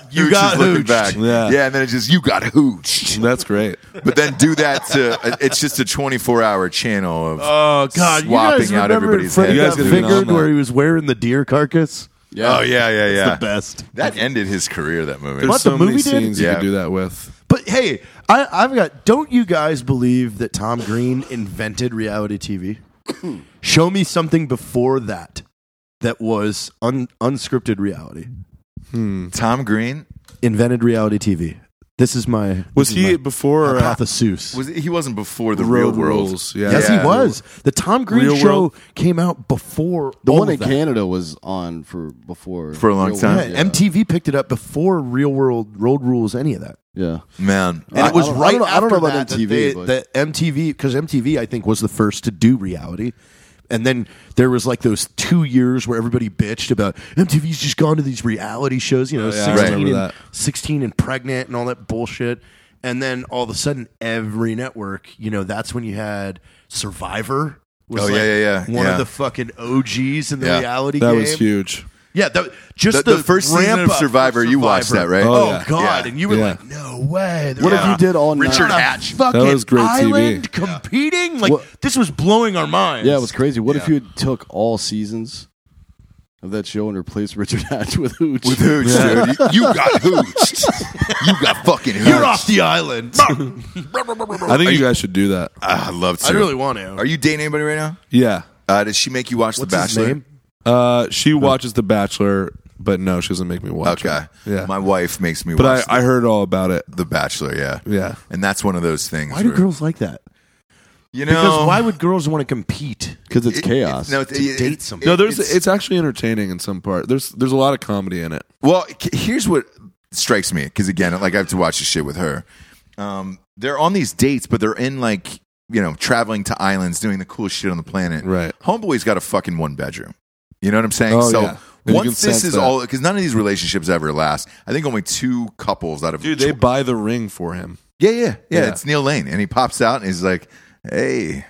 S1: you
S6: got hooched.
S1: back.
S6: Yeah.
S1: yeah, and then it's just you got Hooched.
S6: That's great.
S1: But then do that to uh, it's just a twenty four hour channel of
S7: Oh
S3: Uh,
S1: God, you guys Swapping out remember everybody's Freddy
S6: head. Got
S3: got
S6: Fingered
S3: fingered
S6: where
S3: where he was wearing the deer carcass.
S1: oh yeah yeah yeah
S3: The best.
S1: that ended his career that movie
S6: There's
S3: What, the
S6: so many
S3: movie did?
S6: scenes you
S1: Yeah.
S6: could do that with.
S3: But hey, I, I've got. Don't you guys believe that Tom Green invented reality TV? Show me something before that that was un, unscripted reality.
S1: Tom Green
S3: Invented reality TV. This is my.
S6: Was
S3: this is
S6: he
S3: my
S6: before or after?
S3: hypothesis?
S1: Was he wasn't before the
S6: Road
S1: real world?
S6: Rules, yeah.
S3: yes,
S1: Yeah.
S3: he was. The Tom Green
S6: Real
S3: show
S6: World-
S3: came out before
S4: The
S3: all
S4: one
S3: of
S4: in
S3: that.
S4: Canada was on for before
S1: For a long
S4: Real
S1: time.
S4: World,
S3: Yeah, MTV picked it up before Real World Road Rules, any of that.
S4: Yeah.
S1: Man,
S3: And
S4: I-
S3: it was
S4: I don't- I
S3: right
S4: don't know- I don't
S3: after
S4: know about
S3: that that
S4: MTV,
S3: they-
S4: but-
S3: that MTV because MTV I think was the first to do reality. And then there was like those two years where everybody bitched about MTV's just gone to these reality shows, you know,
S6: yeah, I
S3: 16,
S6: remember
S3: and,
S6: that.
S3: 16 and pregnant and all that bullshit. And then all of a sudden, every network, you know, that's when you had Survivor
S7: was
S1: Oh,
S7: like
S1: yeah, yeah, yeah,
S7: one
S1: yeah.
S7: of the fucking OGs in the
S1: Yeah.
S7: reality
S6: That
S7: game.
S6: was huge.
S7: Yeah, that, just
S1: The-
S7: the,
S1: the first season
S7: ramp
S1: of
S7: up for
S1: Survivor, you watched that, right?
S7: Oh,
S6: Oh, yeah.
S7: God,
S1: Yeah.
S7: and you were
S6: Yeah.
S7: like, no way.
S4: What if
S7: Yeah.
S4: you did all night?
S7: Richard
S1: Yeah.
S7: Hatch, fucking
S6: was great TV.
S7: island competing? Like
S4: What-
S7: this was blowing our minds.
S4: Yeah, it was crazy. What if you had took all seasons of that show and replaced Richard Hatch with Hooch?
S1: With hooch, dude. You, you got hooched. You got fucking hooched.
S7: You're off the island.
S6: I think you guys should do that.
S1: Ah, I'd love to.
S7: I really want to.
S1: Are you dating anybody right now?
S6: Yeah.
S1: Uh, does she make you watch The Bachelor?
S6: Uh, she watches The Bachelor, but no, she doesn't make me watch.
S1: Okay.
S6: it. Yeah.
S1: My wife makes me watch
S6: but
S1: the,
S6: I, I heard all about it.
S1: The Bachelor, yeah.
S6: Yeah.
S1: And that's one of those things.
S7: Why do
S1: where-
S7: girls like that?
S1: You know,
S7: Because why would girls want to compete?
S4: Because it's
S1: it-
S4: chaos.
S1: it- no, it-
S7: to
S1: it-
S7: date
S1: it-
S7: somebody.
S6: No, there's
S1: it's-
S6: it's, actually entertaining in some part. There's there's a lot of comedy in it.
S1: Well, c- here's what strikes me because again, like I have to watch this shit with her. Um, they're on these dates, but they're in like you know traveling to islands, doing the coolest shit on the planet.
S6: Right.
S1: Homeboy's got a fucking one bedroom. You know what I'm saying?
S6: Oh,
S1: so
S6: yeah. You can
S1: once this
S6: sense
S1: is
S6: that.
S1: all, because none of these relationships ever last. I think only two couples out of
S6: Dude, they
S1: tw-
S6: buy the ring for him.
S1: yeah, yeah, yeah,
S6: Yeah.
S1: It's Neil Lane, and he pops out and he's like, "Hey,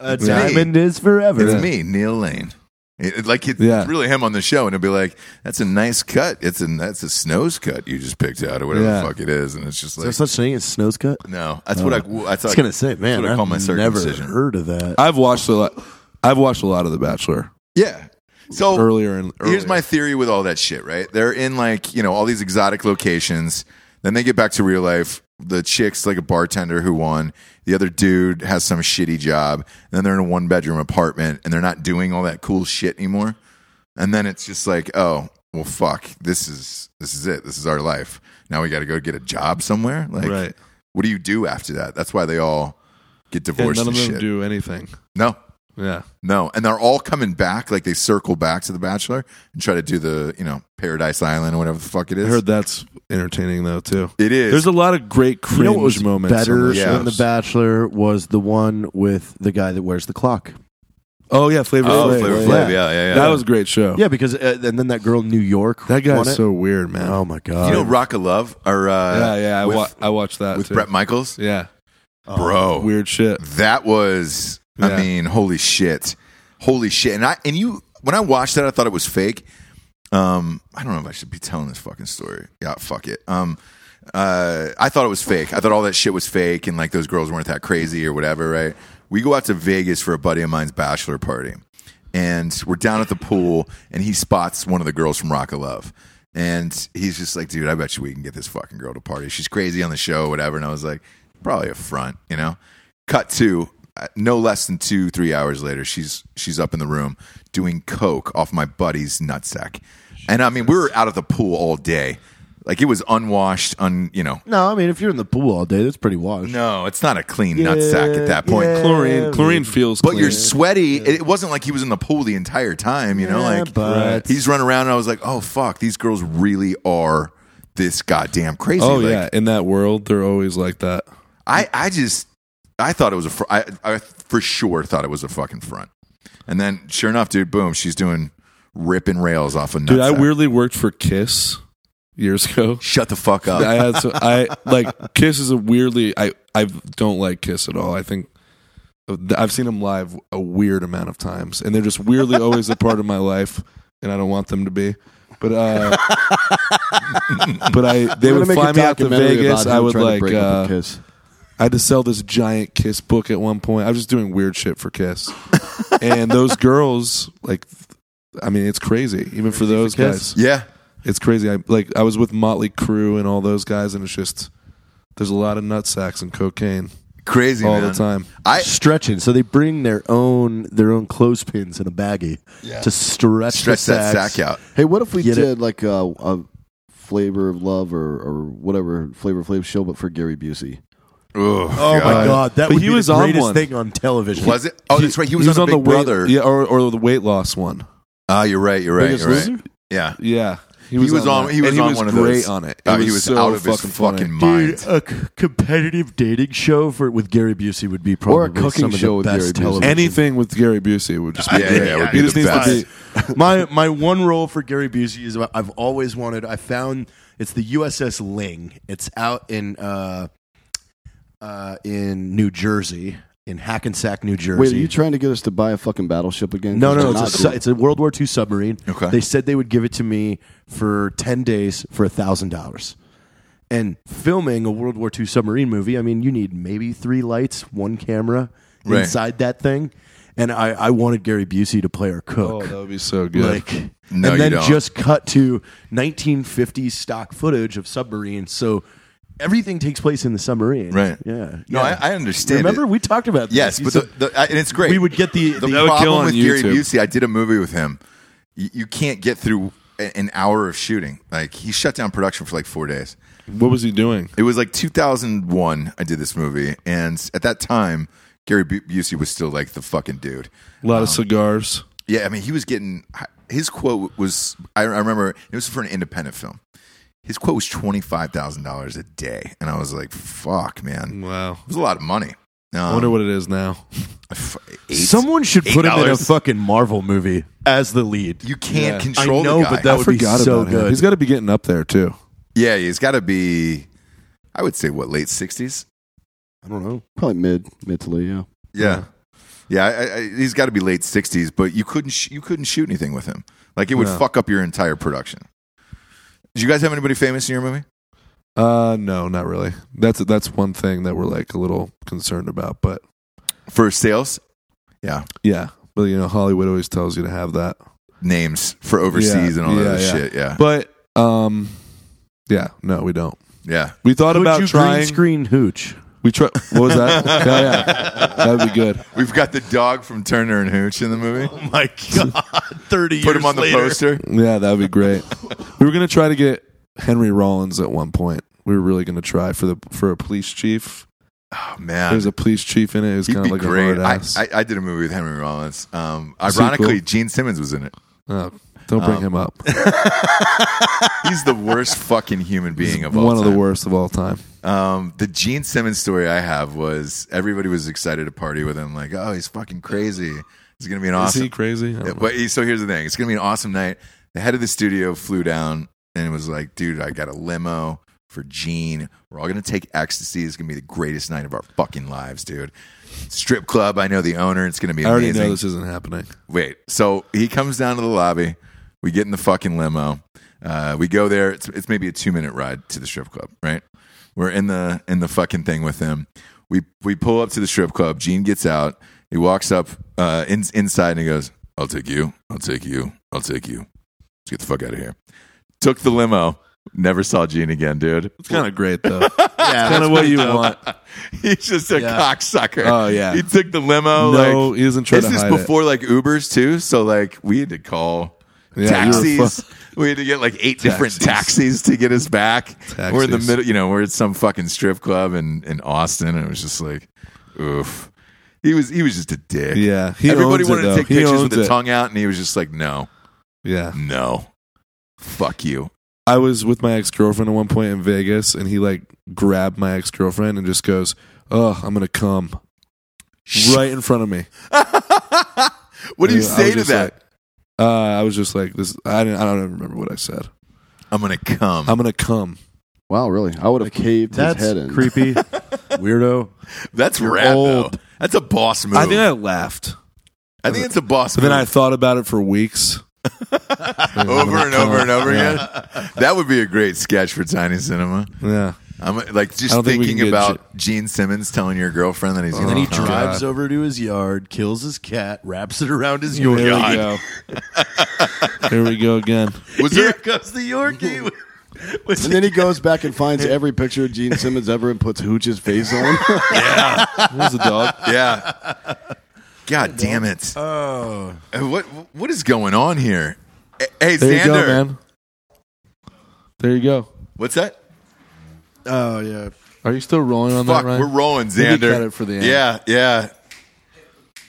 S7: A
S1: it's me.
S7: is forever.
S1: It's me, Neil Lane." It, it- like it's
S6: Yeah.
S1: really him on the show, and he'll be like, "That's a nice cut. It's a that's a snow's cut you just picked out, or whatever
S6: Yeah.
S1: the fuck it is." And it's just like
S7: Is there such thing as snow's cut?
S1: No, that's what I. That's
S7: Oh. I was
S1: what I-
S7: gonna say, man,
S1: what I
S7: I've
S1: call my
S7: never
S1: circumcision.
S7: heard of that.
S6: I've watched a lot. I've watched a lot of The Bachelor
S1: Yeah. So
S6: earlier and earlier.
S1: here's my theory with all that shit. Right, they're in like you know all these exotic locations. Then they get back to real life. The chick's like a bartender who won. The other dude has some shitty job. And then they're in a one bedroom apartment, and they're not doing all that cool shit anymore. And then it's just like, oh well, fuck. This is this is it. This is our life. Now we got to go get a job somewhere. Like,
S6: right.
S1: what do you do after that? That's why they all get
S6: Yeah,
S1: divorced
S6: none of
S1: and
S6: them
S1: shit.
S6: do anything.
S1: No,
S6: Yeah.
S1: No, and they're all coming back, like they circle back to The Bachelor and try to do the, you know, Paradise Island or whatever the fuck it
S6: I
S1: is.
S6: heard that's entertaining though too.
S1: It is.
S6: There's a lot of great cringe
S3: Uh, You know what was
S6: moments. on
S3: better
S6: those
S1: Yeah.
S3: than The
S6: shows.
S3: Bachelor was the one with the guy that wears the clock.
S6: Oh yeah, Flavor
S1: oh,
S6: Flav.
S1: Flavor
S3: yeah.
S1: Flav, yeah, yeah, yeah.
S6: That was a great
S7: Oh.
S6: show.
S3: Yeah, because uh, and then that girl in New York.
S6: That
S3: won
S6: guy's
S3: it.
S6: so weird, man.
S3: Oh my god!
S1: you know, Rock of Love or uh,
S6: yeah, yeah. I,
S1: with,
S6: wa- I watched that
S1: with
S6: too.
S1: Brett Michaels,
S6: Yeah. Oh,
S1: bro.
S6: Weird shit.
S1: That was, I
S6: Yeah.
S1: mean, holy shit, holy shit. And I and you, when I watched that, I thought it was fake. Um, I don't know if I should be telling this fucking story. Yeah, fuck it. Um, uh, I thought it was fake. I thought all that shit was fake, and like those girls weren't that crazy or whatever, right? We go out to Vegas for a buddy of mine's bachelor party, and we're down at the pool, and he spots one of the girls from Rock of Love. And he's just like, dude, I bet you we can get this fucking girl to party. She's crazy on the show, whatever. And I was like, probably a front, you know? Cut to uh, no less than two, three hours later, she's she's up in the room doing coke off my buddy's nutsack, and I mean we were out of the pool all day, like it was unwashed, un you know.
S3: no, I mean, if you're in the pool all day, that's pretty washed.
S1: No, it's not a clean nutsack at that point.
S3: yeah.
S6: Chlorine.
S3: Yeah,
S6: chlorine feels.
S1: But
S6: clean.
S1: you're sweaty. It wasn't like he was in the pool the entire time, you know.
S3: Yeah,
S1: Like
S3: but-
S1: he's running around, and I was like, "Oh fuck, these girls really are this goddamn crazy."
S6: Oh
S1: Like,
S6: yeah, in that world, they're always like that.
S1: I, I just I thought it was a fr- I, I for sure thought it was a fucking front. And then sure enough, dude, boom, she's doing ripping rails off a nutsack.
S6: Dude, I weirdly worked for Kiss years ago.
S1: shut the fuck up.
S6: I had so, I like Kiss is a weirdly I I don't like Kiss at all. I think I've seen them live a weird amount of times, and they're just weirdly always a part of my life, and I don't want them to be. But uh, but I they
S4: We're
S6: would
S4: gonna make a
S6: fly me out to
S4: documentary
S6: Vegas.
S4: about
S6: I
S4: him
S6: would
S4: trying to
S6: like
S4: break up with
S6: uh,
S4: Kiss.
S6: I had to sell this giant Kiss book at one point. I was just doing weird shit for Kiss, and those girls like. I mean, it's crazy, even for those guys.
S1: yeah.
S6: It's crazy. I like I was with Motley Crue and all those guys, and it's just there's a lot of nut sacks and cocaine
S1: Crazy
S6: Oh, all
S1: man.
S6: the time.
S1: I
S3: stretching. So they bring their own their own clothespins in a baggie to stretch
S1: stretch
S3: the
S1: that
S3: sacks.
S1: sack out.
S4: Hey, what if we
S3: Get
S4: did
S3: it?
S4: like a, a flavor of love or, or whatever flavor flavor show, but for Gary Busey?
S1: Oh,
S3: Oh my god, that
S6: But
S3: would
S6: he
S3: be
S6: was
S3: the
S6: on
S3: greatest
S6: one.
S3: thing on television.
S1: Was it? Oh, that's right. He was on, the Big
S6: weight,
S1: Brother.
S6: yeah, or, or the weight loss one.
S1: Ah, you're right. You're right.
S4: Biggest
S1: You're right.
S4: Loser?
S1: Yeah.
S6: Yeah, he
S1: was on-
S6: that.
S1: he was
S6: And
S1: on one of
S6: great
S1: those.
S6: on it.
S1: Oh,
S6: It
S1: he was
S6: so
S1: out of his
S6: funny.
S1: fucking mind.
S3: Dude, a c- competitive dating show for with Gary Busey would be probably
S4: Or a cooking
S3: some of
S4: show
S3: the
S4: with
S3: best
S4: Gary Busey.
S3: television.
S6: Anything with Gary Busey would just be
S1: Yeah,
S6: great.
S1: yeah, it would
S6: he
S1: be
S6: just
S1: the
S6: needs
S1: best.
S6: to
S3: my my one role for Gary Busey is I've always wanted. I found it's the USS Ling. It's out in uh, uh, in New Jersey. in Hackensack, New Jersey.
S4: Wait, are you trying to get us to buy a fucking battleship again?
S3: No,
S4: 'Cause
S3: no,
S4: we're
S3: no.
S4: not
S3: It's a,
S4: cool.
S3: su- it's a World War II submarine.
S1: Okay.
S3: They said they would give it to me for 10 days for $1,000. And filming a World War II submarine movie, I mean, you need maybe three lights, one camera
S1: Right.
S3: inside that thing. And I, I wanted Gary Busey to play our cook.
S6: Oh, that would be so good.
S3: Like,
S1: No, you
S3: and then
S1: don't.
S3: just cut to 1950s stock footage of submarines. So everything takes place in the submarine.
S1: Right.
S3: Yeah.
S1: No,
S3: Yeah.
S1: I- I understand
S3: Remember,
S1: it.
S3: we talked about this.
S1: Yes,
S3: You
S1: but
S3: said-
S1: the, the, I- and it's great.
S3: we would get the-
S1: the
S3: that
S6: would kill
S1: problem
S6: on
S1: with Gary
S6: YouTube.
S1: Busey. I did a movie with him. You, you can't get through a- an hour of shooting. Like he shut down production for like four days.
S6: What was he doing?
S1: It was like 2001. I did this movie, and at that time, Gary Bu- Busey was still like the fucking dude.
S6: A lot
S1: um,
S6: of cigars.
S1: Yeah, I mean, he was getting his quote was I, I remember it was for an independent film. His quote was twenty five thousand dollars a day, and I was like, "Fuck, man,
S6: Wow.
S1: it was a lot of money." Um,
S6: I wonder what it is now.
S1: f- eight-
S3: Someone should put him in a
S1: $8.
S3: fucking Marvel movie as the lead.
S1: you can't
S6: Yeah.
S1: control.
S3: I know,
S1: the guy.
S3: but that would be so good.
S6: He's got to be getting up there too.
S1: yeah, he's got to be. I would say what late sixties.
S4: I don't know. Probably mid, mid to late. Yeah.
S1: Yeah, yeah, I, I, he's got to be late sixties. But you couldn't sh- you couldn't shoot anything with him. Like it would
S6: No.
S1: fuck up your entire production. Did you guys have anybody famous in your movie?
S6: Uh, no, not really. That's that's one thing that we're like a little concerned about. But
S1: For sales, yeah,
S6: yeah, but you know, Hollywood always tells you to have that.
S1: names for overseas
S6: Yeah,
S1: and all that
S6: yeah,
S1: other
S6: yeah.
S1: shit. Yeah,
S6: But um, yeah, no, we don't.
S1: yeah.
S6: We thought
S3: Could
S6: about
S3: you green
S6: trying.
S3: screen hooch?
S6: We try. What was that? yeah, yeah, that'd be good.
S1: We've got the dog from Turner and Hooch in the movie.
S7: Oh my god! Thirty years
S1: Put him on the
S7: later.
S1: poster.
S6: Yeah, that'd be great. we were gonna try to get Henry Rollins at one point. We were really gonna try for the for a police chief.
S1: Oh man,
S6: There's a police chief in it. It was
S1: he'd
S6: kind
S1: be
S6: of like
S1: great.
S6: a hard
S1: I,
S6: ass.
S1: I, I did a movie with Henry Rollins. Um,
S6: Is he cool?
S1: ironically, Gene Simmons was in it.
S6: Oh, don't bring
S1: Um,
S6: him up.
S1: He's the worst fucking human being of all
S6: One
S1: time.
S6: of the worst of all time.
S1: Um, the Gene Simmons story I have was everybody was excited to party with him. Like, oh, he's fucking crazy. He's gonna be an
S6: Is
S1: awesome.
S6: he crazy? I don't
S1: Yeah,
S6: know.
S1: but he- so here's the thing: it's gonna be an awesome night. The head of the studio flew down and was like, "Dude, I got a limo for Gene. We're all gonna take ecstasy. It's gonna be the greatest night of our fucking lives, dude. Strip club. I know the owner. It's gonna be
S6: I already
S1: amazing.
S6: know this isn't happening.
S1: Wait. So he comes down to the lobby. We get in the fucking limo. Uh, we go there. It's, it's maybe a two minute ride to the strip club, right? We're in the in the fucking thing with him. We we pull up to the strip club. Gene gets out. He walks up uh, in, inside and he goes, "I'll take you. I'll take you. I'll take you. Let's get the fuck out of here." Took the limo. Never saw Gene again, dude.
S6: It's kind of great though. yeah, kind of what you want.
S1: He's just a cocksucker.
S6: Oh, yeah.
S1: He took the limo.
S6: No,
S1: Oh, like,
S6: he doesn't try
S1: This
S6: to
S1: is
S6: hide
S1: before like Ubers too, so like we had to call
S6: Yeah, you were
S1: taxis. We had to get like eight different taxis to get us back. We're in the
S6: Taxis.
S1: middle, you know, we're at some fucking strip club in in Austin, and it was just like, oof. He was he was just a dick.
S6: Yeah, he
S1: everybody
S6: owns it,
S1: wanted to
S6: though.
S1: take
S6: He
S1: pictures
S6: owns
S1: with the
S6: it.
S1: tongue out, and he was just like, no,
S6: Yeah,
S1: no, fuck you.
S6: I was with my ex girlfriend at one point in Vegas, and he like grabbed my ex girlfriend and just goes, "Oh, I'm gonna come." Right in front of me.
S1: What do you
S6: And I
S1: say
S6: was
S1: to
S6: just
S1: that?
S6: like- uh, I was just like, "This." I didn't. I don't even remember what I said.
S1: I'm gonna come.
S6: I'm gonna come.
S4: Wow, really? I would have caved his head in.
S3: creepy, weirdo.
S1: That's
S3: You're
S1: rad
S3: old.
S1: though. That's a boss move.
S6: I think I laughed,
S1: I think it's a boss
S6: but then I
S1: move.
S6: thought about it for weeks.
S1: over and over and over again. That would be a great sketch for Tiny Cinema.
S6: Yeah,
S1: I'm like
S6: I
S1: just
S6: don't think we
S1: thinking
S6: can get Oh,
S1: about Gene Simmons telling your girlfriend that he's
S3: And
S1: going
S3: then
S1: to
S3: he
S6: God.
S3: drives over to his yard, kills his cat, wraps it around his
S6: here we
S3: yard.
S6: go. here we go again.
S1: Was
S7: Here
S1: there
S7: comes the Yorkie.
S4: And then he goes back and finds every picture of Gene Simmons ever and puts Hooch's face on.
S6: There's a dog.
S1: yeah. God damn it. Oh. What what is going on here? Hey
S6: There
S1: Xander.
S6: you go, man. There you go.
S1: What's that?
S4: oh, yeah.
S6: Are you still rolling on
S1: Fuck,
S6: that, Ryan?
S1: we're rolling
S6: Maybe
S1: Xander.
S6: cut it for the end.
S1: Yeah, yeah.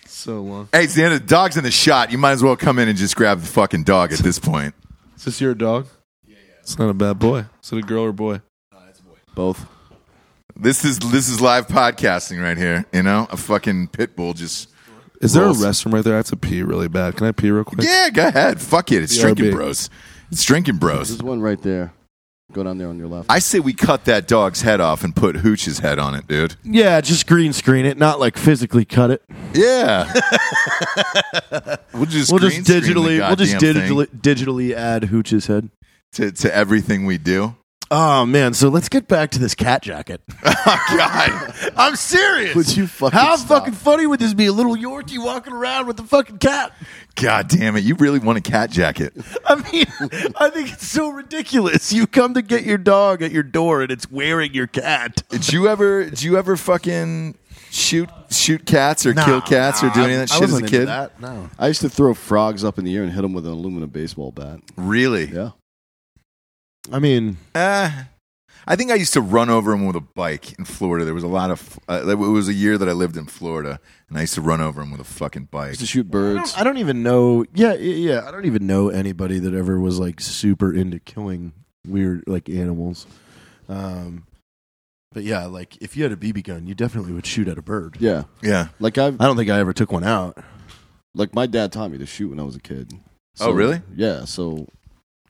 S6: so long.
S1: Hey Xander, the dog's in the shot. You might as well come in and just grab the fucking dog at this point.
S6: Is this your dog? Yeah, yeah. It's not a bad boy. Is it a girl or boy?
S4: Both.
S1: This is this is live podcasting right here, you know? A fucking pit bull just
S6: Is there a
S1: Rolls.
S6: restroom right there? I have to pee really bad. Can I pee real quick?
S1: Yeah, go ahead. Fuck it. It's
S6: BRB.
S1: drinking bros. It's drinking bros.
S4: There's one right there. Go down there on your left.
S1: I say we cut that dog's head off and put Hooch's head on it, dude.
S3: Yeah, just green screen it, not like physically cut it.
S1: Yeah. we'll just
S3: We'll
S1: green screen
S3: just
S1: the
S3: digitally, we'll just
S1: goddamn thing
S3: digitally, digitally add Hooch's head.
S1: to, to everything we do.
S3: Oh man, so let's get back to this cat jacket.
S1: God,
S7: I'm serious.
S4: Would you fucking
S7: How
S4: stop?
S7: fucking funny would this be? A little Yorkie walking around with a fucking cat.
S1: God damn it! You really want a cat jacket?
S7: I mean, I think it's so ridiculous. You come to get your dog at your door and it's wearing your cat.
S1: Did you ever? Did you ever fucking shoot shoot cats or kill cats or do any of that shit as a kid?
S3: no.
S4: I used to throw frogs up in the air and hit them with an aluminum baseball bat.
S1: Really?
S4: Yeah.
S3: I mean,
S1: Uh, I think I used to run over him with a bike in Florida. There was a lot of. Uh, it was a year that I lived in Florida, and I used to run over him with a fucking bike.
S4: Used to shoot
S3: I
S4: birds.
S3: don't, I don't even know. Yeah, yeah, yeah, I don't even know anybody that ever was like super into killing weird like animals. Um, but yeah, like if you had a BB gun, you definitely would shoot at a bird.
S4: Yeah.
S1: Yeah.
S4: Like I've
S3: I don't think I ever took one out.
S4: like my dad taught me to shoot when I was a kid.
S1: Oh, really?
S4: Yeah. So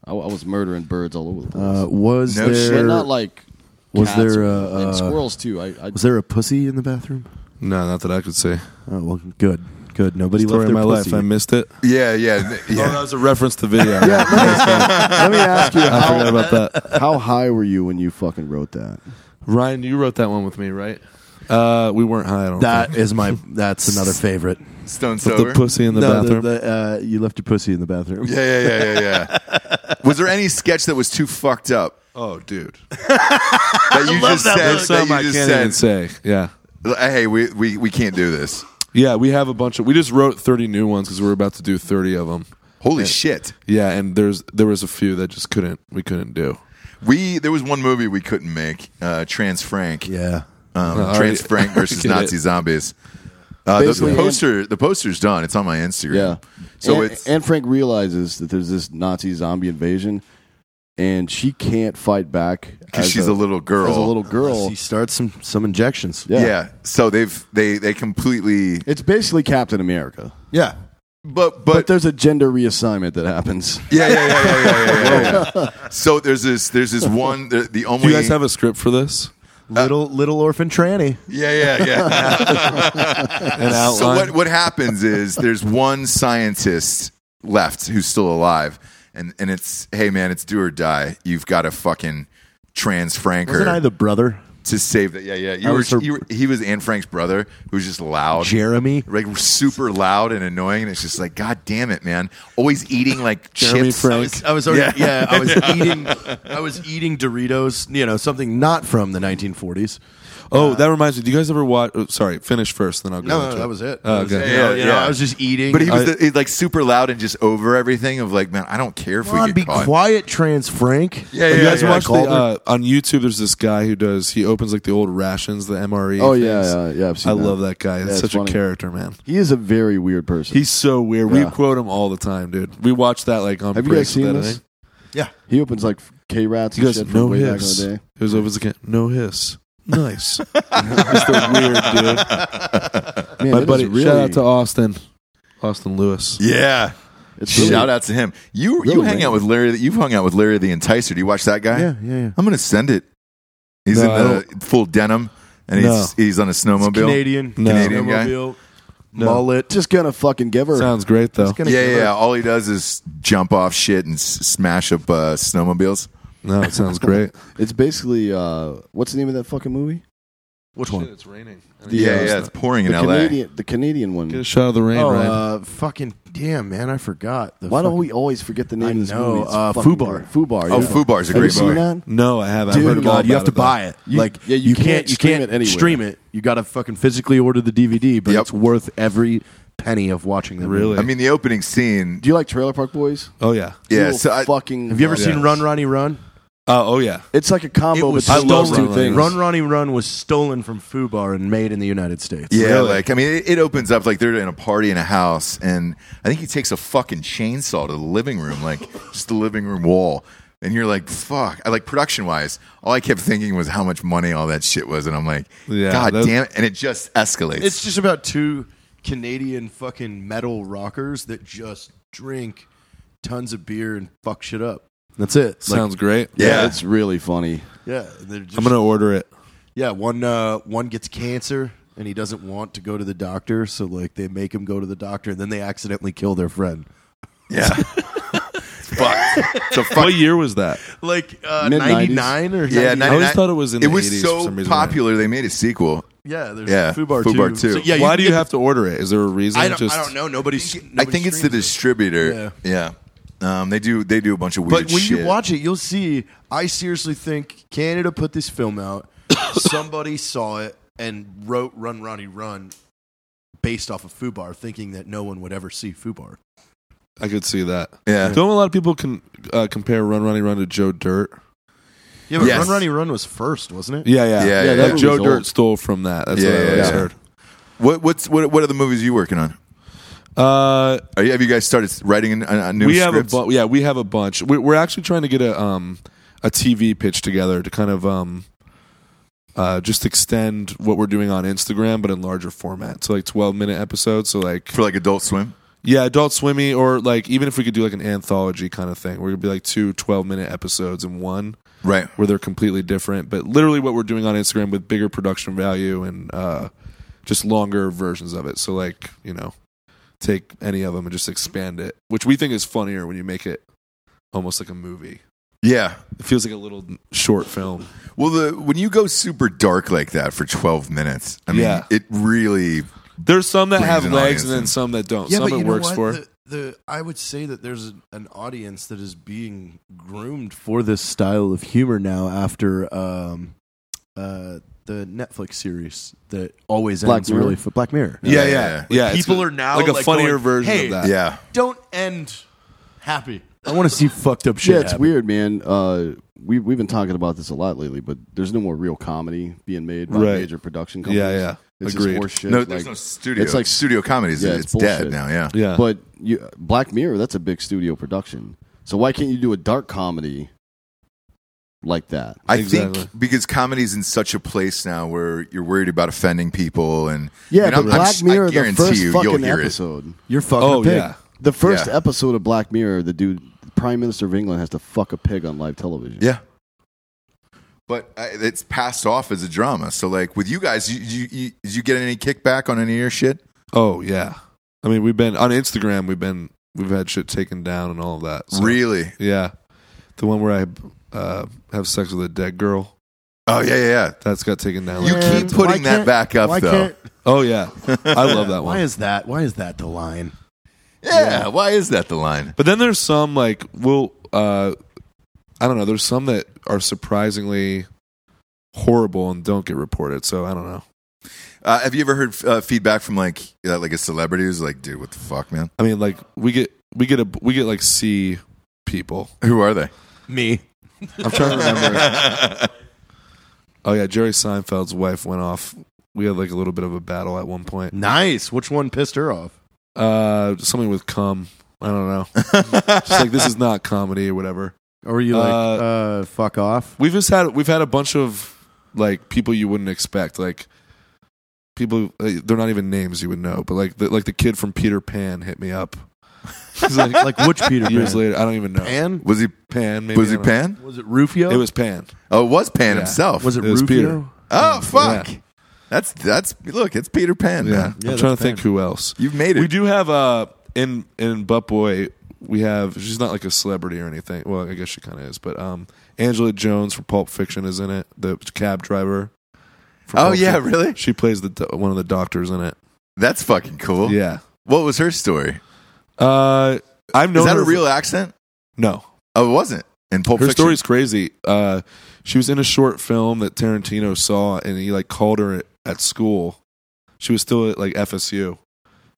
S4: I, I was murdering birds all over the place.
S3: Uh, was
S1: No
S3: there
S4: But not like
S3: was
S4: cats
S3: there
S4: and-
S3: a, uh,
S4: and squirrels too? I, I
S3: was there a pussy in the bathroom?
S6: No, not that I could see.
S3: Oh well, good, good. Nobody
S6: Story
S3: left
S6: of
S3: their
S6: my
S3: pussy.
S6: life. I missed it.
S1: Yeah. Yeah.
S6: Oh,
S1: yeah.
S6: that was a reference to video.
S4: Yeah, let me ask you.
S6: I forgot
S4: How,
S6: about that.
S4: how high were you when you fucking wrote that?
S6: Ryan, you wrote that one with me, right? Uh, we weren't high. I don't
S3: That is my. That's another favorite.
S1: Stone
S6: think.
S1: sober.
S6: the pussy in the bathroom.
S3: uh, you left your pussy in the bathroom.
S1: yeah. Yeah. Yeah. Yeah. Yeah. was there any sketch that was too fucked up?
S6: oh, dude.
S1: That you just said.
S6: There's some
S1: That
S6: I
S1: you
S6: can't
S1: just
S6: even
S1: said.
S6: say. Yeah.
S1: Hey, we, we we can't do this.
S6: Yeah, we have a bunch of. We just wrote 30 new ones because we were about to do 30 of them.
S1: Holy shit.
S6: Yeah, and there's there was a few that just couldn't we couldn't do.
S1: We there was one movie we couldn't make, uh, Trans Frank,
S3: Yeah.
S1: um,
S6: all
S1: Trans
S6: right.
S1: Frank versus
S6: Get it.
S1: Nazi zombies. Uh, the, the
S4: Basically,
S1: poster, the poster's done. It's on my Instagram.
S4: Yeah.
S1: So
S4: and,
S1: it's
S4: and Frank realizes that there's this Nazi zombie invasion, and she can't fight back
S1: because
S4: as
S1: she's a, little girl.
S4: As a little girl.
S3: He starts some some injections.
S1: yeah.
S4: yeah.
S1: So they've they they completely.
S4: It's basically Captain America,
S3: Yeah.
S1: But
S4: but
S1: but,
S4: there's a gender reassignment that happens.
S1: yeah, yeah, yeah, yeah, yeah, yeah, yeah, yeah. So there's this there's this one the, the only
S6: Do you guys have a script for this?
S7: Uh,
S3: Little little orphan tranny.
S1: yeah yeah yeah.
S6: An outline.
S1: So what what happens is there's one scientist left who's still alive, and and it's hey man, it's do or die. You've got to fucking trans Frank
S3: Wasn't I
S1: her
S3: the brother?
S1: to save that. Yeah, yeah. You
S3: I
S1: were,
S3: was her-
S1: you were he was Anne Frank's brother who was just loud.
S3: Jeremy.
S1: like super loud and annoying, and it's just like, God damn it, man! Always eating like
S6: Jeremy
S1: chips.
S6: Frank.
S7: I was, I was already,
S1: Yeah.
S7: yeah. I was eating, I was eating Doritos, you know, something
S3: Not from the 1940s.
S6: oh,
S4: Uh,
S6: that reminds me. Do you guys ever watch? Oh, sorry, finish first, then I'll go.
S7: No, no,
S6: into
S7: that was it.
S6: Oh,
S7: That was
S6: okay.
S7: it.
S1: Yeah,
S7: You know,
S1: yeah.
S7: I was just eating.
S1: But he was
S6: I-
S1: the, he, like super loud and just over everything. Of like, man, I don't care if we
S3: Ron,
S1: get
S3: be
S1: caught.
S3: quiet, trans Frank.
S1: Yeah, yeah,
S6: you guys
S1: yeah.
S6: watch the,
S3: Calder.
S6: uh, on YouTube? There's this guy who does. He opens like the old rations, the MRE.
S4: Oh yeah,
S6: things.
S4: yeah, yeah. I've seen
S6: I love that guy.
S4: Yeah,
S6: He's
S4: it's
S6: such
S4: funny.
S6: a character, man.
S4: He is a very weird person.
S6: He's so weird.
S4: Yeah.
S6: We quote him all the time, dude. We watch that like on.
S4: Have you
S6: breaks
S4: guys seen
S6: with
S4: this?
S6: editing.
S4: He opens like K rats
S6: He
S4: and
S6: goes,
S4: shit from
S6: "No
S4: way
S6: hiss."
S4: back in the day.
S6: It was over again. No hiss. Nice. He's the weird dude.
S4: Man, it
S6: My
S4: is
S6: buddy.
S4: really,
S6: Shout out to Austin. Austin Lewis.
S1: Yeah.
S4: it's really-
S1: Shout out to him. You you
S4: really
S1: hang out with Larry. You've hung out with Larry the Enticer. Do you watch that guy?
S3: yeah, yeah. yeah.
S1: I'm gonna send it. He's
S6: No, I
S1: in the full denim and he's he's on a snowmobile.
S7: Canadian,
S6: No.
S1: Canadian guy.
S7: snowmobile.
S4: mullet. Just gonna fucking give her.
S6: Sounds great though.
S1: Yeah, yeah, yeah. All he does is jump off shit and s- smash up uh, snowmobiles.
S6: No, it sounds great.
S4: It's basically uh, what's the name of that fucking movie?
S6: Which one? it's raining.
S1: Yeah, yeah.
S4: it's
S1: it's pouring in
S4: the
S1: L.A.
S4: Canadian, the Canadian one.
S6: Get a shot of the rain,
S3: Oh,
S6: Ryan.
S3: uh, fucking damn, man! I forgot. The
S4: Why don't
S3: fucking-
S4: we always forget the name
S3: I
S4: of this
S3: know,
S4: movie? It's
S3: uh,
S4: fucking
S3: Fubar.
S4: great. Fubar.
S1: Oh,
S4: yeah.
S1: Fubar's a
S4: Have you
S1: great
S4: seen
S1: movie.
S4: that?
S6: no, I haven't. I've
S3: Dude,
S6: heard of
S3: God, you have to
S6: buy it.
S3: buy it. like,
S4: yeah, you can't
S3: you
S4: stream
S3: can't
S4: it anywhere.
S3: stream it. You got to fucking physically order the DVD, but
S1: Yep.
S3: it's worth every penny of watching the movie.
S6: Really?
S1: I mean, the opening scene.
S4: Do you like Trailer Park Boys?
S6: Oh yeah.
S1: Yeah,
S4: You
S1: so
S4: will
S1: I-
S4: fucking.
S3: Have you ever
S4: love
S3: seen
S4: it.
S3: Run Ronnie Run?
S6: Oh, oh yeah.
S4: It's like a combo
S7: It was
S4: between
S6: I love
S4: those two
S6: Run,
S4: things.
S3: Run Ronnie Run was stolen from Fubar and made in the United States.
S1: Yeah,
S6: Really?
S1: like I mean, it, it opens up like they're in a party in a house, and I think he takes a fucking chainsaw to the living room, like just the living room wall. And you're like, fuck. I like production wise, all I kept thinking was how much money all that shit was, and I'm like,
S6: Yeah,
S1: god
S6: that's-
S1: damn it, and it just escalates.
S7: It's just about two Canadian fucking metal rockers that just drink tons of beer and fuck shit up.
S3: That's it. Like,
S6: Sounds great.
S3: Yeah.
S4: it's really funny.
S3: yeah. they're just-
S6: I'm gonna order it.
S3: Yeah, one uh, one gets cancer and he doesn't want to go to the doctor, so like they make him go to the doctor, and then they accidentally kill their friend.
S1: Yeah.
S6: So what year was that?
S3: Like uh, ninety
S4: Mid-nineties?
S3: nine or
S1: Yeah,
S3: 99?
S6: I always
S1: 99
S6: thought it was in the
S1: it was
S6: 80s for
S1: so
S6: some reason.
S1: popular they made a sequel.
S3: yeah, there's
S1: Yeah,
S3: Fubar,
S1: Fubar two.
S3: two. So, yeah,
S6: Why
S3: you
S6: do you have to order it? Is there a reason?
S3: I don't,
S6: Just,
S3: I don't know. Nobody's.
S1: I think it's the
S3: streams it.
S1: distributor. Yeah. Um, they do they do a bunch of weird
S3: But when
S1: shit.
S3: you watch it, you'll see. I seriously think Canada put this film out. somebody saw it and wrote "Run, Ronnie, Run" based off of Fubar, thinking that no one would ever see Fubar.
S6: I could see that.
S1: Yeah.
S6: Don't a lot of people can uh, compare Run Ronnie Run to Joe Dirt?
S3: Yeah, but
S1: Yes.
S3: "Run, Ronnie, Run" was first, wasn't it?
S6: Yeah, yeah,
S1: Yeah, yeah,
S6: Like
S1: yeah.
S6: Joe
S4: Movie's
S6: Dirt
S4: old.
S6: stole from that. That's
S1: Yeah,
S6: what I
S1: yeah,
S6: always
S1: yeah.
S6: heard.
S1: what what's what what are the movies you working on?
S6: Uh,
S1: Are you, have you guys started writing a, a new
S6: we have a
S1: script?
S6: bu- yeah, we have a bunch. We're, we're actually trying to get a um a TV pitch together to kind of um uh just extend what we're doing on Instagram, but in larger format. So like twelve minute episodes. So like
S1: for like Adult Swim?
S6: yeah, Adult Swimmy, or like even if we could do like an anthology kind of thing, where it'd be like two 12 minute episodes in one.
S1: Right.
S6: where they're completely different. But literally, what we're doing on Instagram with bigger production value and uh, just longer versions of it. So, like, you know, take any of them and just expand it, which we think is funnier when you make it almost like a movie.
S1: Yeah.
S6: It feels like a little short film.
S1: Well, the when you go super dark like that for 12 minutes, I mean,
S6: Yeah.
S1: it really
S6: There's some that
S1: Brings
S6: have
S1: an
S6: legs and
S1: audience
S6: then
S1: in.
S6: some that don't.
S3: Yeah,
S6: some
S3: but
S6: it
S3: you
S6: works
S3: know
S6: for.
S3: what? The, the I would say that there's an- an audience that is being groomed for this style of humor now after um, uh, the Netflix series that always
S4: Black
S3: ends
S4: Mirror?
S3: really for Black Mirror.
S1: Yeah, yeah.
S6: yeah, it's
S3: People are now
S6: like a
S3: like,
S6: funnier
S3: going,
S6: version
S3: "Hey,
S6: of that.
S1: yeah.
S3: Don't end happy. I want to see fucked up shit.
S4: yeah, it's
S3: happen.
S4: weird, man. Uh, we we've been talking about this a lot lately, but there's no more real comedy being made by
S6: Right.
S4: major production companies.
S6: Yeah, yeah,
S4: It's
S6: agreed.
S4: just horse shit.
S1: No, there's
S4: like-
S1: no studio.
S4: it's like-
S1: studio comedies.
S4: Yeah,
S1: it's
S4: it's
S1: dead
S4: bullshit.
S1: now, yeah.
S6: yeah.
S4: But you, Black Mirror, that's a big studio production. So why can't you do a dark comedy like that?
S1: I
S6: Exactly.
S1: think because comedy's in such a place now where you're worried about offending people and
S4: Yeah,
S1: I mean,
S4: but
S1: I'm- I'm
S4: Black
S1: sh-
S4: Mirror,
S1: I
S4: the
S1: guarantee
S4: first
S1: you, you'll
S4: fucking
S1: hear it.
S4: episode,
S3: You're fucking
S6: oh
S3: a pig.
S6: yeah,
S4: the first
S1: Yeah.
S4: episode of Black Mirror, the dude, Prime Minister of England, has to fuck a pig on live television.
S1: Yeah. But I, it's passed off as a drama. So, like with you guys, you, you, you, did you get any kickback on any of your shit?
S6: oh yeah. I mean, we've been on Instagram. We've been we've had shit taken down and all of that. so-
S1: Really?
S6: Yeah, the one where I uh, have sex with a dead girl.
S1: Oh yeah, yeah.
S6: That's got taken down.
S1: yeah. You
S6: like
S1: keep
S6: that.
S1: putting that back up
S3: Why
S1: though.
S3: can't?
S6: Oh yeah, I love that
S3: Why
S6: one.
S3: is that? Why is that the line?
S1: Yeah. Why is that the line?
S6: But then there's some like well, uh, I don't know. There's some that are surprisingly horrible and don't get reported. So I don't know.
S1: Uh, have you ever heard uh, feedback from like uh, like a celebrity who's like, dude, what the fuck, man?
S6: I mean, like we get we get a we get like C people.
S1: Who are they?
S3: Me.
S6: I'm trying to remember. oh yeah, Jerry Seinfeld's wife went off. We had like a little bit of a battle at one point.
S3: Nice. Which one pissed her off?
S6: Uh, something with cum. I don't know. Just like this is not comedy or whatever.
S3: Or were you like,
S6: Uh,
S3: uh, fuck off?
S6: We've just had we've had a bunch of like people you wouldn't expect, like people uh, they're not even names you would know, but like the, like the kid from Peter Pan hit me up
S3: He's like, like which Peter
S6: years
S3: Pan?
S6: later. I don't even know
S3: Pan?
S1: Was he
S6: Pan. Maybe,
S1: was
S6: I
S1: he
S6: don't know.
S1: Pan?
S3: Was it Rufio?
S6: It was Pan.
S1: Oh, it was Pan
S6: Yeah.
S1: himself.
S3: Was it,
S6: it was
S3: Rufio?
S6: Peter.
S1: oh fuck.
S6: Yeah.
S1: That's that's look. It's Peter Pan.
S6: Yeah,
S1: Man.
S6: I'm
S3: that's
S6: trying to think
S3: Pan.
S6: who else.
S1: You've made it.
S6: We do have uh in in Butt Boy we have she's not like a celebrity or anything. Well, I guess she kind of is, but um Angela Jones from Pulp Fiction is in it. The cab driver. from
S1: oh
S6: Pulp
S1: yeah,
S6: Fiction.
S1: really?
S6: She plays the do- one of the doctors in it.
S1: That's fucking cool.
S6: Yeah.
S1: What was her story?
S6: Uh, I've known
S1: Is that
S6: her
S1: a
S6: for-
S1: real accent?
S6: no.
S1: Oh, it wasn't. In Pulp
S6: Her
S1: Fiction.
S6: story's crazy. Uh, she was in a short film that Tarantino saw, and he like called her at, at school. She was still at like FSU.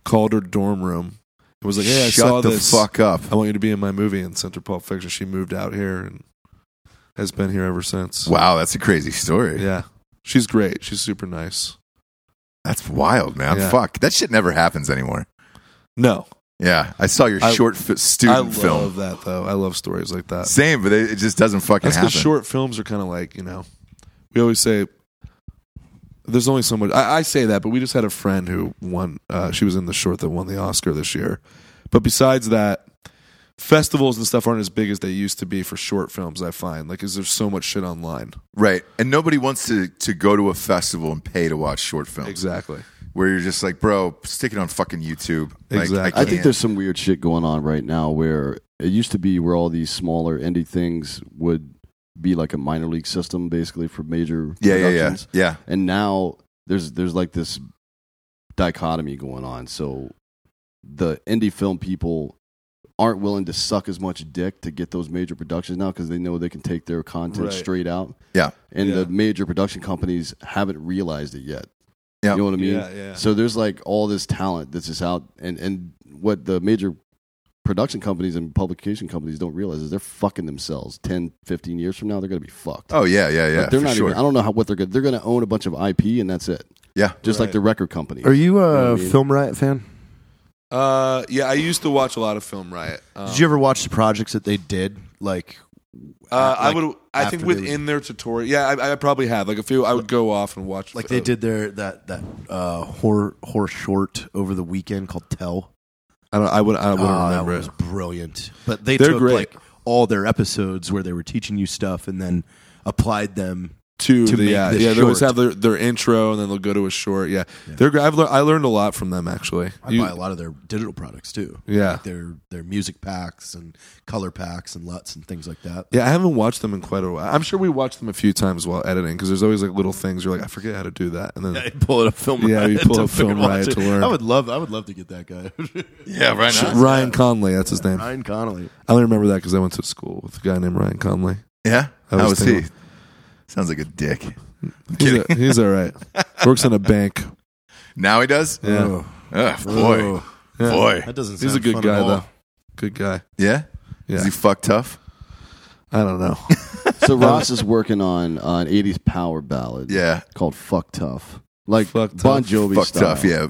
S6: Called her dorm room. It was like, "Hey, I
S1: Shut
S6: saw
S1: the
S6: this.
S1: fuck up.
S6: I want you to be in my movie." And sent her Pulp Fiction. She moved out here and has been here ever since.
S1: Wow, that's a crazy story.
S6: Yeah, she's great. She's super nice.
S1: That's wild, man.
S6: Yeah.
S1: Fuck. That shit never happens anymore.
S6: No,
S1: Yeah. I saw your
S6: I-
S1: short fi-
S6: I
S1: student
S6: love
S1: film.
S6: that though. I love stories like that.
S1: Same, but it, it just doesn't fucking
S6: That's
S1: happen.
S6: because short films are kind of like you know, we always say there's only so much. I, I say that, but we just had a friend who won. Uh, she was in the short that won the Oscar this year. But besides that, festivals and stuff aren't as big as they used to be for short films. I find like, is there's so much shit online?
S1: Right. And nobody wants to, to go to a festival and pay to watch short films.
S6: Exactly.
S1: Where you're just like, bro, stick it on fucking YouTube. Like,
S6: Exactly.
S1: I,
S4: I think
S1: can't.
S4: there's some weird shit going on right now where it used to be where all these smaller indie things would be like a minor league system basically for major
S1: Yeah, yeah, yeah.
S4: productions.
S1: Yeah.
S4: And now there's there's like this dichotomy going on. So the indie film people aren't willing to suck as much dick to get those major productions now because they know they can take their content
S6: Right.
S4: straight out.
S1: Yeah.
S4: And
S6: Yeah.
S4: the major production companies haven't realized it yet.
S1: Yeah.
S4: You know what I mean?
S6: Yeah, yeah.
S4: So there's like all this talent that's just out, and and what the major production companies and publication companies don't realize is they're fucking themselves. 10, 15 years from now, they're gonna be fucked.
S1: Oh, yeah, yeah, yeah.
S4: Like, they're
S1: for
S4: not
S1: sure.
S4: even. I don't know how what they're gonna. They're gonna own a bunch of IP, and that's it.
S1: yeah.
S4: Just
S6: Right.
S4: like the record company.
S3: Are you
S4: You know
S3: a
S4: what I mean?
S3: Film Riot fan?
S6: Uh, yeah, I used to watch a lot of Film Riot. Um,
S3: Did you ever watch the projects that they did? Like,
S6: Uh, I
S3: like-
S6: would. I think
S3: after they was-
S6: within their tutorial. Yeah, I, I probably have like a few. I would go off and watch.
S3: like they
S6: uh,
S3: did their that that uh, horror horror short over the weekend called Tell.
S6: I don't. I would. I wouldn't
S3: Oh,
S6: remember.
S3: that was
S6: it.
S3: brilliant. But they
S6: They're
S3: took
S6: great.
S3: like all their episodes where they were teaching you stuff and then applied them.
S6: To,
S3: to
S6: the,
S3: make
S6: yeah,
S3: this
S6: yeah. They always
S3: short.
S6: have their, their intro, and then they'll go to a short. Yeah, they're. gr- I've lear- I learned a lot from them actually.
S3: I
S6: You-
S3: buy a lot of their digital products too.
S6: Yeah.
S3: like their their music packs and color packs and LUTs and things like that.
S6: yeah, I haven't watched them in quite a while. I'm sure we watched them a few times while editing because there's always like little things you're like, I forget how to do that, and then
S3: pull it up film.
S6: Yeah, you
S3: Riot
S6: pull
S3: to
S6: up Film
S3: fucking watch
S6: Riot
S3: it.
S6: to learn.
S3: I would love I would love to get that guy.
S7: Yeah, right
S6: Sh- Ryan Conley, that's his name.
S3: Ryan Connolly.
S6: I only remember that because I went to school with a guy named Ryan Conley.
S1: Yeah.
S6: I
S1: How was
S6: was
S1: he?
S6: thinking-
S1: Sounds like a dick.
S6: He's, a- he's all right. Works in a bank.
S1: Now he does?
S6: Yeah.
S3: Oh,
S1: Ugh, boy.
S3: oh.
S6: Yeah.
S1: Boy.
S3: that doesn't.
S6: He's a
S3: sound
S6: good
S3: fun
S6: guy
S3: at all.
S6: though. Good guy.
S1: Yeah?
S6: Yeah.
S1: Is he fuck tough?
S6: I don't know.
S4: so Ross is working on uh, an '80s power ballad.
S1: Yeah.
S4: called "Fuck Tough," like
S6: Fuck Tough.
S4: Bon Jovi
S1: fuck
S4: style.
S1: tough, yeah.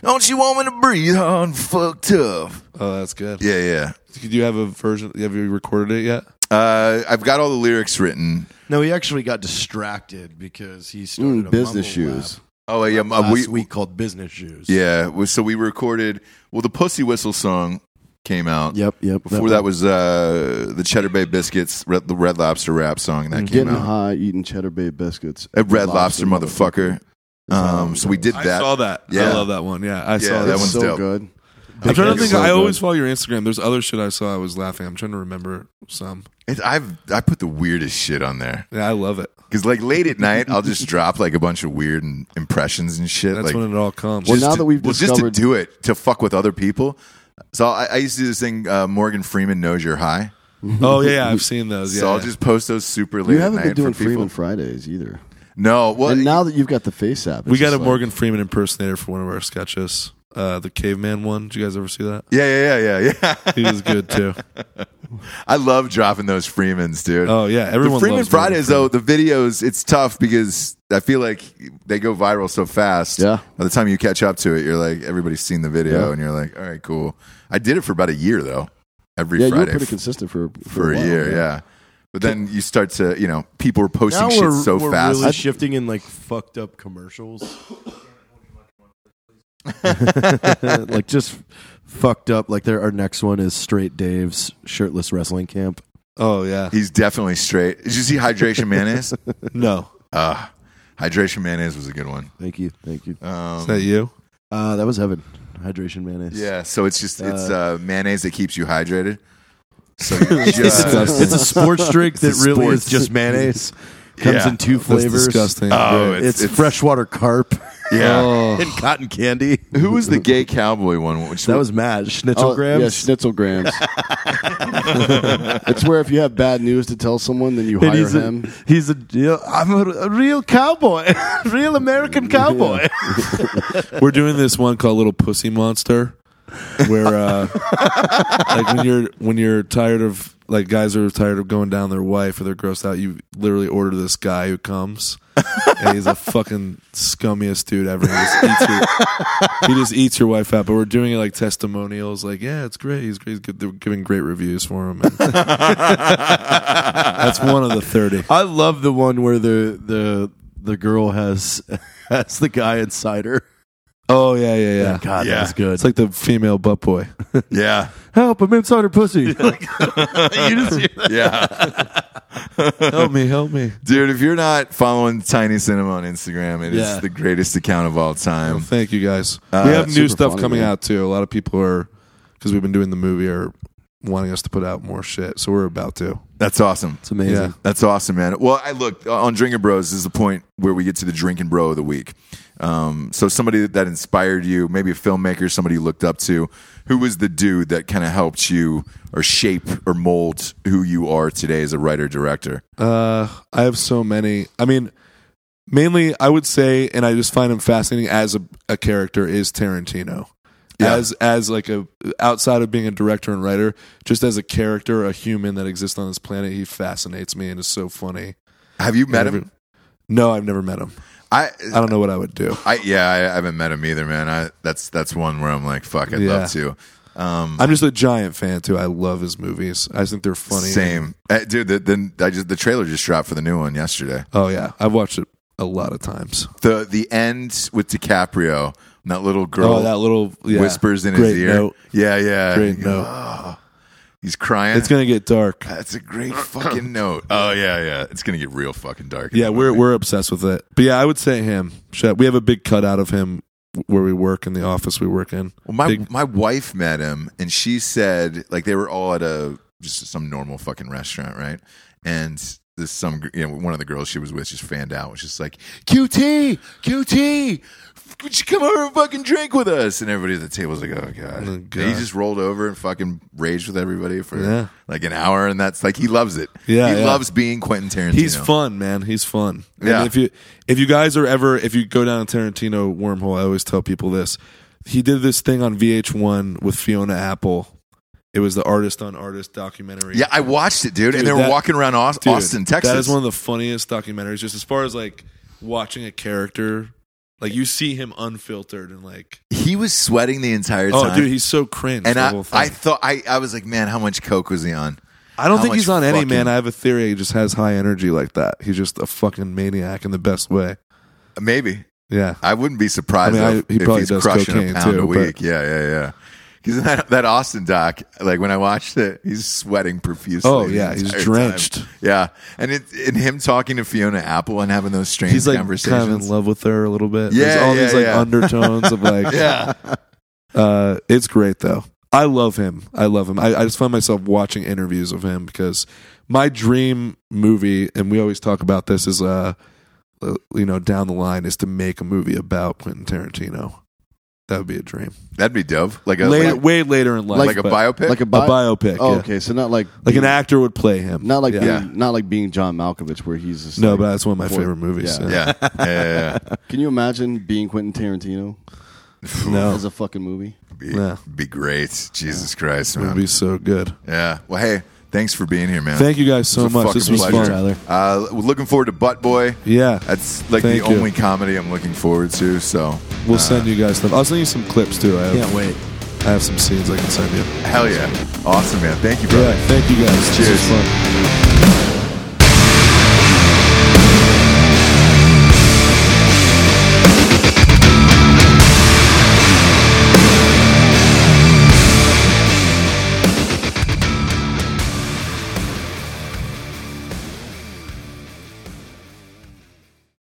S1: Don't you want me to breathe on fuck tough?
S6: Oh, that's good.
S1: Yeah, yeah.
S6: Do you have a version? Have you recorded it yet?
S1: Uh, I've got all the lyrics written.
S3: No, he actually got distracted because he started
S4: Mm,
S3: a
S4: business
S3: mumble
S4: shoes.
S1: Oh, yeah.
S3: lab
S1: uh, we,
S3: last week called business shoes.
S1: Yeah. we- So we recorded. Well, the Pussy Whistle song came out.
S3: Yep. Yep.
S1: Before that was uh, the Cheddar Bay Biscuits, Red, the Red Lobster rap song that came
S4: Getting
S1: out.
S4: high, eating cheddar bay biscuits.
S1: Uh, Red Lobster, motherfucker. Um, so we did
S6: I
S1: that.
S6: saw that.
S1: Yeah.
S6: I love that one. Yeah, I
S1: Yeah,
S6: saw
S1: that
S6: that.
S1: one's
S4: so
S1: dope.
S4: good.
S6: I'm trying to
S4: It's
S6: think.
S4: so
S6: I always
S4: good.
S6: follow your Instagram. There's other shit I saw. I was laughing. I'm trying to remember some.
S1: It, I've I put the weirdest shit on there
S6: Yeah, I love it.
S1: because like late at night, I'll just drop like a bunch of weird and impressions and shit.
S6: That's
S1: like,
S6: when it all comes.
S4: Well,
S1: just
S4: now
S1: to-
S4: that we've
S1: well,
S4: discovered-
S1: just to do it to fuck with other people. So I, I used to do this thing. Uh, Morgan Freeman knows you're high.
S6: oh yeah, yeah, I've seen those. Yeah,
S1: so I'll
S6: yeah.
S1: just post those super late.
S4: You
S1: at
S4: haven't been
S1: night for
S4: doing
S1: people.
S4: Freeman Fridays either.
S1: No, well,
S4: and now that you've got the face app, it's
S6: we got
S4: just
S6: a
S4: like-
S6: Morgan Freeman impersonator for one of our sketches. Uh, the caveman one. Did you guys ever see that?
S1: yeah, yeah, yeah, yeah, yeah.
S6: He was good too.
S1: I love dropping those Freemans, dude.
S6: Oh yeah, everyone.
S1: the Freeman
S6: loves Morgan
S1: Fridays,
S6: Freeman.
S1: though, the videos, it's tough because I feel like they go viral so fast.
S4: Yeah.
S1: By the time you catch up to it, you're like, everybody's seen the video,
S4: Yeah.
S1: and you're like, all right, cool. I did it for about a year, though, every
S4: Yeah, you were
S1: Friday
S4: pretty
S1: f-
S4: consistent for for,
S1: for a
S4: while,
S1: year,
S4: man.
S1: yeah. But then you start to, you know, people are posting shit so
S3: we're
S1: fast.
S3: really shifting in like fucked up commercials. like just fucked up. Like there, our next one is Straight Dave's shirtless wrestling camp.
S6: Oh yeah.
S1: He's definitely straight. Did you see Hydration Mayonnaise?
S6: No,
S1: uh, Hydration Mayonnaise was a good one.
S3: Thank you, thank you.
S6: is
S1: Um,
S6: that you?
S3: Uh, that was heaven. Hydration mayonnaise.
S1: yeah, so it's just it's
S3: Uh,
S1: uh, mayonnaise that keeps you hydrated. So you just, uh,
S6: disgusting.
S3: Uh, it's a sports drink that
S1: It's a
S3: really is
S1: sports.
S3: just mayonnaise. Comes
S1: Yeah.
S3: in two
S6: That's
S3: flavors.
S6: disgusting.
S1: Oh,
S3: it's,
S1: it's- it's-
S3: freshwater carp
S1: yeah.
S6: Oh.
S3: and cotton candy.
S1: Who was the gay cowboy one? Which
S3: That was mad. Schnitzelgrams.
S4: Oh, yeah, schnitzel grams. it's where if you have bad news to tell someone, then you
S3: And
S4: hire
S3: he's
S4: him.
S3: a he's a deal. I'm a, a real cowboy, real American cowboy.
S6: We're doing this one called Little Pussy Monster, where uh, like when you're when you're tired of like guys are tired of going down their wife or they're grossed out, you literally order this guy who comes. and he's a fucking scummiest dude ever. He just, eats your, he just eats your wife out. But we're doing it like testimonials, like yeah, it's great. He's great. He's good. They're giving great reviews for him. And that's one of the thirty.
S3: I love the one where the the the girl has has the guy inside her.
S6: Oh yeah, yeah, yeah.
S3: God,
S7: Yeah.
S3: that was good.
S6: It's like the female butt boy.
S7: Yeah.
S3: Help! I'm inside her pussy.
S7: you just hear that.
S1: Yeah.
S6: help me, help me.
S1: Dude, if you're not following Tiny Cinema on Instagram, it is
S3: Yeah.
S1: the greatest account of all
S6: Well,
S1: time.
S6: thank you guys.
S1: Uh,
S6: we have new
S4: super
S6: stuff
S4: funny,
S6: coming
S4: man.
S6: out too. A lot of people are because we've been doing the movie are wanting us to put out more shit, so we're about to.
S1: That's awesome.
S3: It's amazing.
S6: Yeah.
S1: That's awesome, man. Well, I look on Drinking Bros is the point where we get to the drinking bro of the week. Um, so somebody that inspired you, maybe a filmmaker, somebody you looked up to, who was the dude that kind of helped you or shape or mold who you are today as a writer director?
S6: Uh, I have so many. I mean, mainly I would say, and I just find him fascinating as a, a character is Tarantino.
S1: Yeah.
S6: As as like a outside of being a director and writer, just as a character, a human that exists on this planet, he fascinates me and is so funny.
S1: Have you met him?
S6: No, I've never met him.
S1: I,
S6: I don't know what I would do.
S1: I yeah, I haven't met him either, man. I that's that's one where I'm like, fuck, I'd love to. Um,
S6: I'm just a giant fan too. I love his movies. I just think they're funny.
S1: same, Uh, dude. the- Then I just the trailer just dropped for the new one yesterday.
S6: Oh yeah, I've watched it a lot of times.
S1: The the end with DiCaprio, and that little girl.
S6: oh, that little yeah.
S1: whispers in
S6: Great
S1: his ear.
S6: note.
S1: Yeah, yeah.
S6: Great
S1: He-
S6: note.
S1: "Oh." he's crying.
S6: It's gonna get dark.
S1: That's a great fucking note. Oh yeah, yeah. It's gonna get real fucking dark. in
S6: Yeah,
S1: that
S6: we're
S1: movie.
S6: we're obsessed with it. But yeah, I would say him. Shit, We have a big cutout of him where we work in the office we work in.
S1: Well, my
S6: big-
S1: my wife met him, and she said like they were all at a just some normal fucking restaurant, right? And this some gr- you know one of the girls she was with just fanned out, was just like QT, QT. Would you come over and fucking drink with us? And everybody at the table was like, "Oh god!"
S6: Oh, God.
S1: He just rolled over and fucking raged with everybody for
S6: Yeah.
S1: like an hour, and that's like he loves it.
S6: Yeah,
S1: he
S6: yeah.
S1: loves being Quentin Tarantino.
S6: He's fun, man. He's fun. And
S1: Yeah.
S6: if you if you guys are ever if you go down a Tarantino wormhole, I always tell people this. He did this thing on VH1 with Fiona Apple. It was the artist on artist documentary.
S1: Yeah, I watched it, dude. and
S6: Dude,
S1: they were
S6: that-
S1: walking around Aus-
S6: Dude,
S1: Austin, Texas.
S6: That is one of the funniest documentaries. Just as far as like watching a character, like you see him unfiltered and like,
S1: he was sweating the entire time.
S6: oh, dude, he's so cringe.
S1: and
S6: the
S1: I,
S6: whole thing.
S1: I thought I, I was like, man, how much coke was he on?
S6: I don't
S1: How
S6: think
S1: much
S6: he's on any
S1: fucking-
S6: man. I have a theory. He just has high energy like that. He's just a fucking maniac in the best way.
S1: Maybe
S6: Yeah.
S1: I wouldn't be surprised
S6: I mean,
S1: if,
S6: I- he
S1: if
S6: probably
S1: he's
S6: does
S1: crushing a
S6: cocaine,
S1: pound
S6: too,
S1: a
S6: but-
S1: week. Yeah, yeah, yeah. Because that, that Austin doc, like when I watched it, he's sweating profusely.
S6: Oh,
S1: the
S6: yeah, he's
S1: entire
S6: drenched.
S1: time. Yeah, and it, and him talking to Fiona Apple and having those strange
S6: He's like
S1: conversations.
S6: kind of in love with her a little bit. There's
S1: Yeah,
S6: all
S1: yeah,
S6: these like
S1: yeah.
S6: undertones of like,
S1: yeah,
S6: uh, it's great though. I love him. I love him. I, I just find myself watching interviews of him because my dream movie, and we always talk about this, is uh, uh, you know, down the line is to make a movie about Quentin Tarantino. That would be a dream.
S1: that'd be dope. Like a
S6: Later,
S1: like,
S6: way later in life,
S1: like a
S6: but-
S1: biopic.
S4: Like a,
S6: a
S4: bi-
S6: biopic.
S4: Oh,
S6: yeah.
S4: okay, so not like
S6: like an
S4: being-
S6: actor would play him.
S4: Not like
S6: Yeah.
S1: Yeah.
S4: being, not like being John Malkovich, where he's just
S6: no,
S4: like-
S6: but that's one of my
S4: Well,
S6: favorite movies.
S4: yeah.
S1: yeah, yeah, yeah, yeah.
S4: can you imagine being Quentin Tarantino
S6: No,
S4: as a fucking movie?
S1: Be,
S6: Yeah.
S1: be great. Jesus Christ,
S6: it would
S1: man.
S6: be so good.
S1: Yeah. Well, hey, thanks for being here, man.
S6: Thank you guys so
S1: It's a
S6: much. This
S1: fucking
S6: was
S1: pleasure.
S6: fun.
S1: Uh, we're looking forward to Butt Boy.
S6: Yeah,
S1: That's like
S6: Thank
S1: the
S6: you.
S1: only comedy I'm looking forward to. So
S6: we'll send you guys stuff. I'll send you some clips too. I have,
S3: Can't wait.
S6: I have some scenes I can send you.
S1: hell yeah, awesome man. Thank you, brother.
S6: Yeah, thank you guys. This was
S1: Cheers.
S6: fun.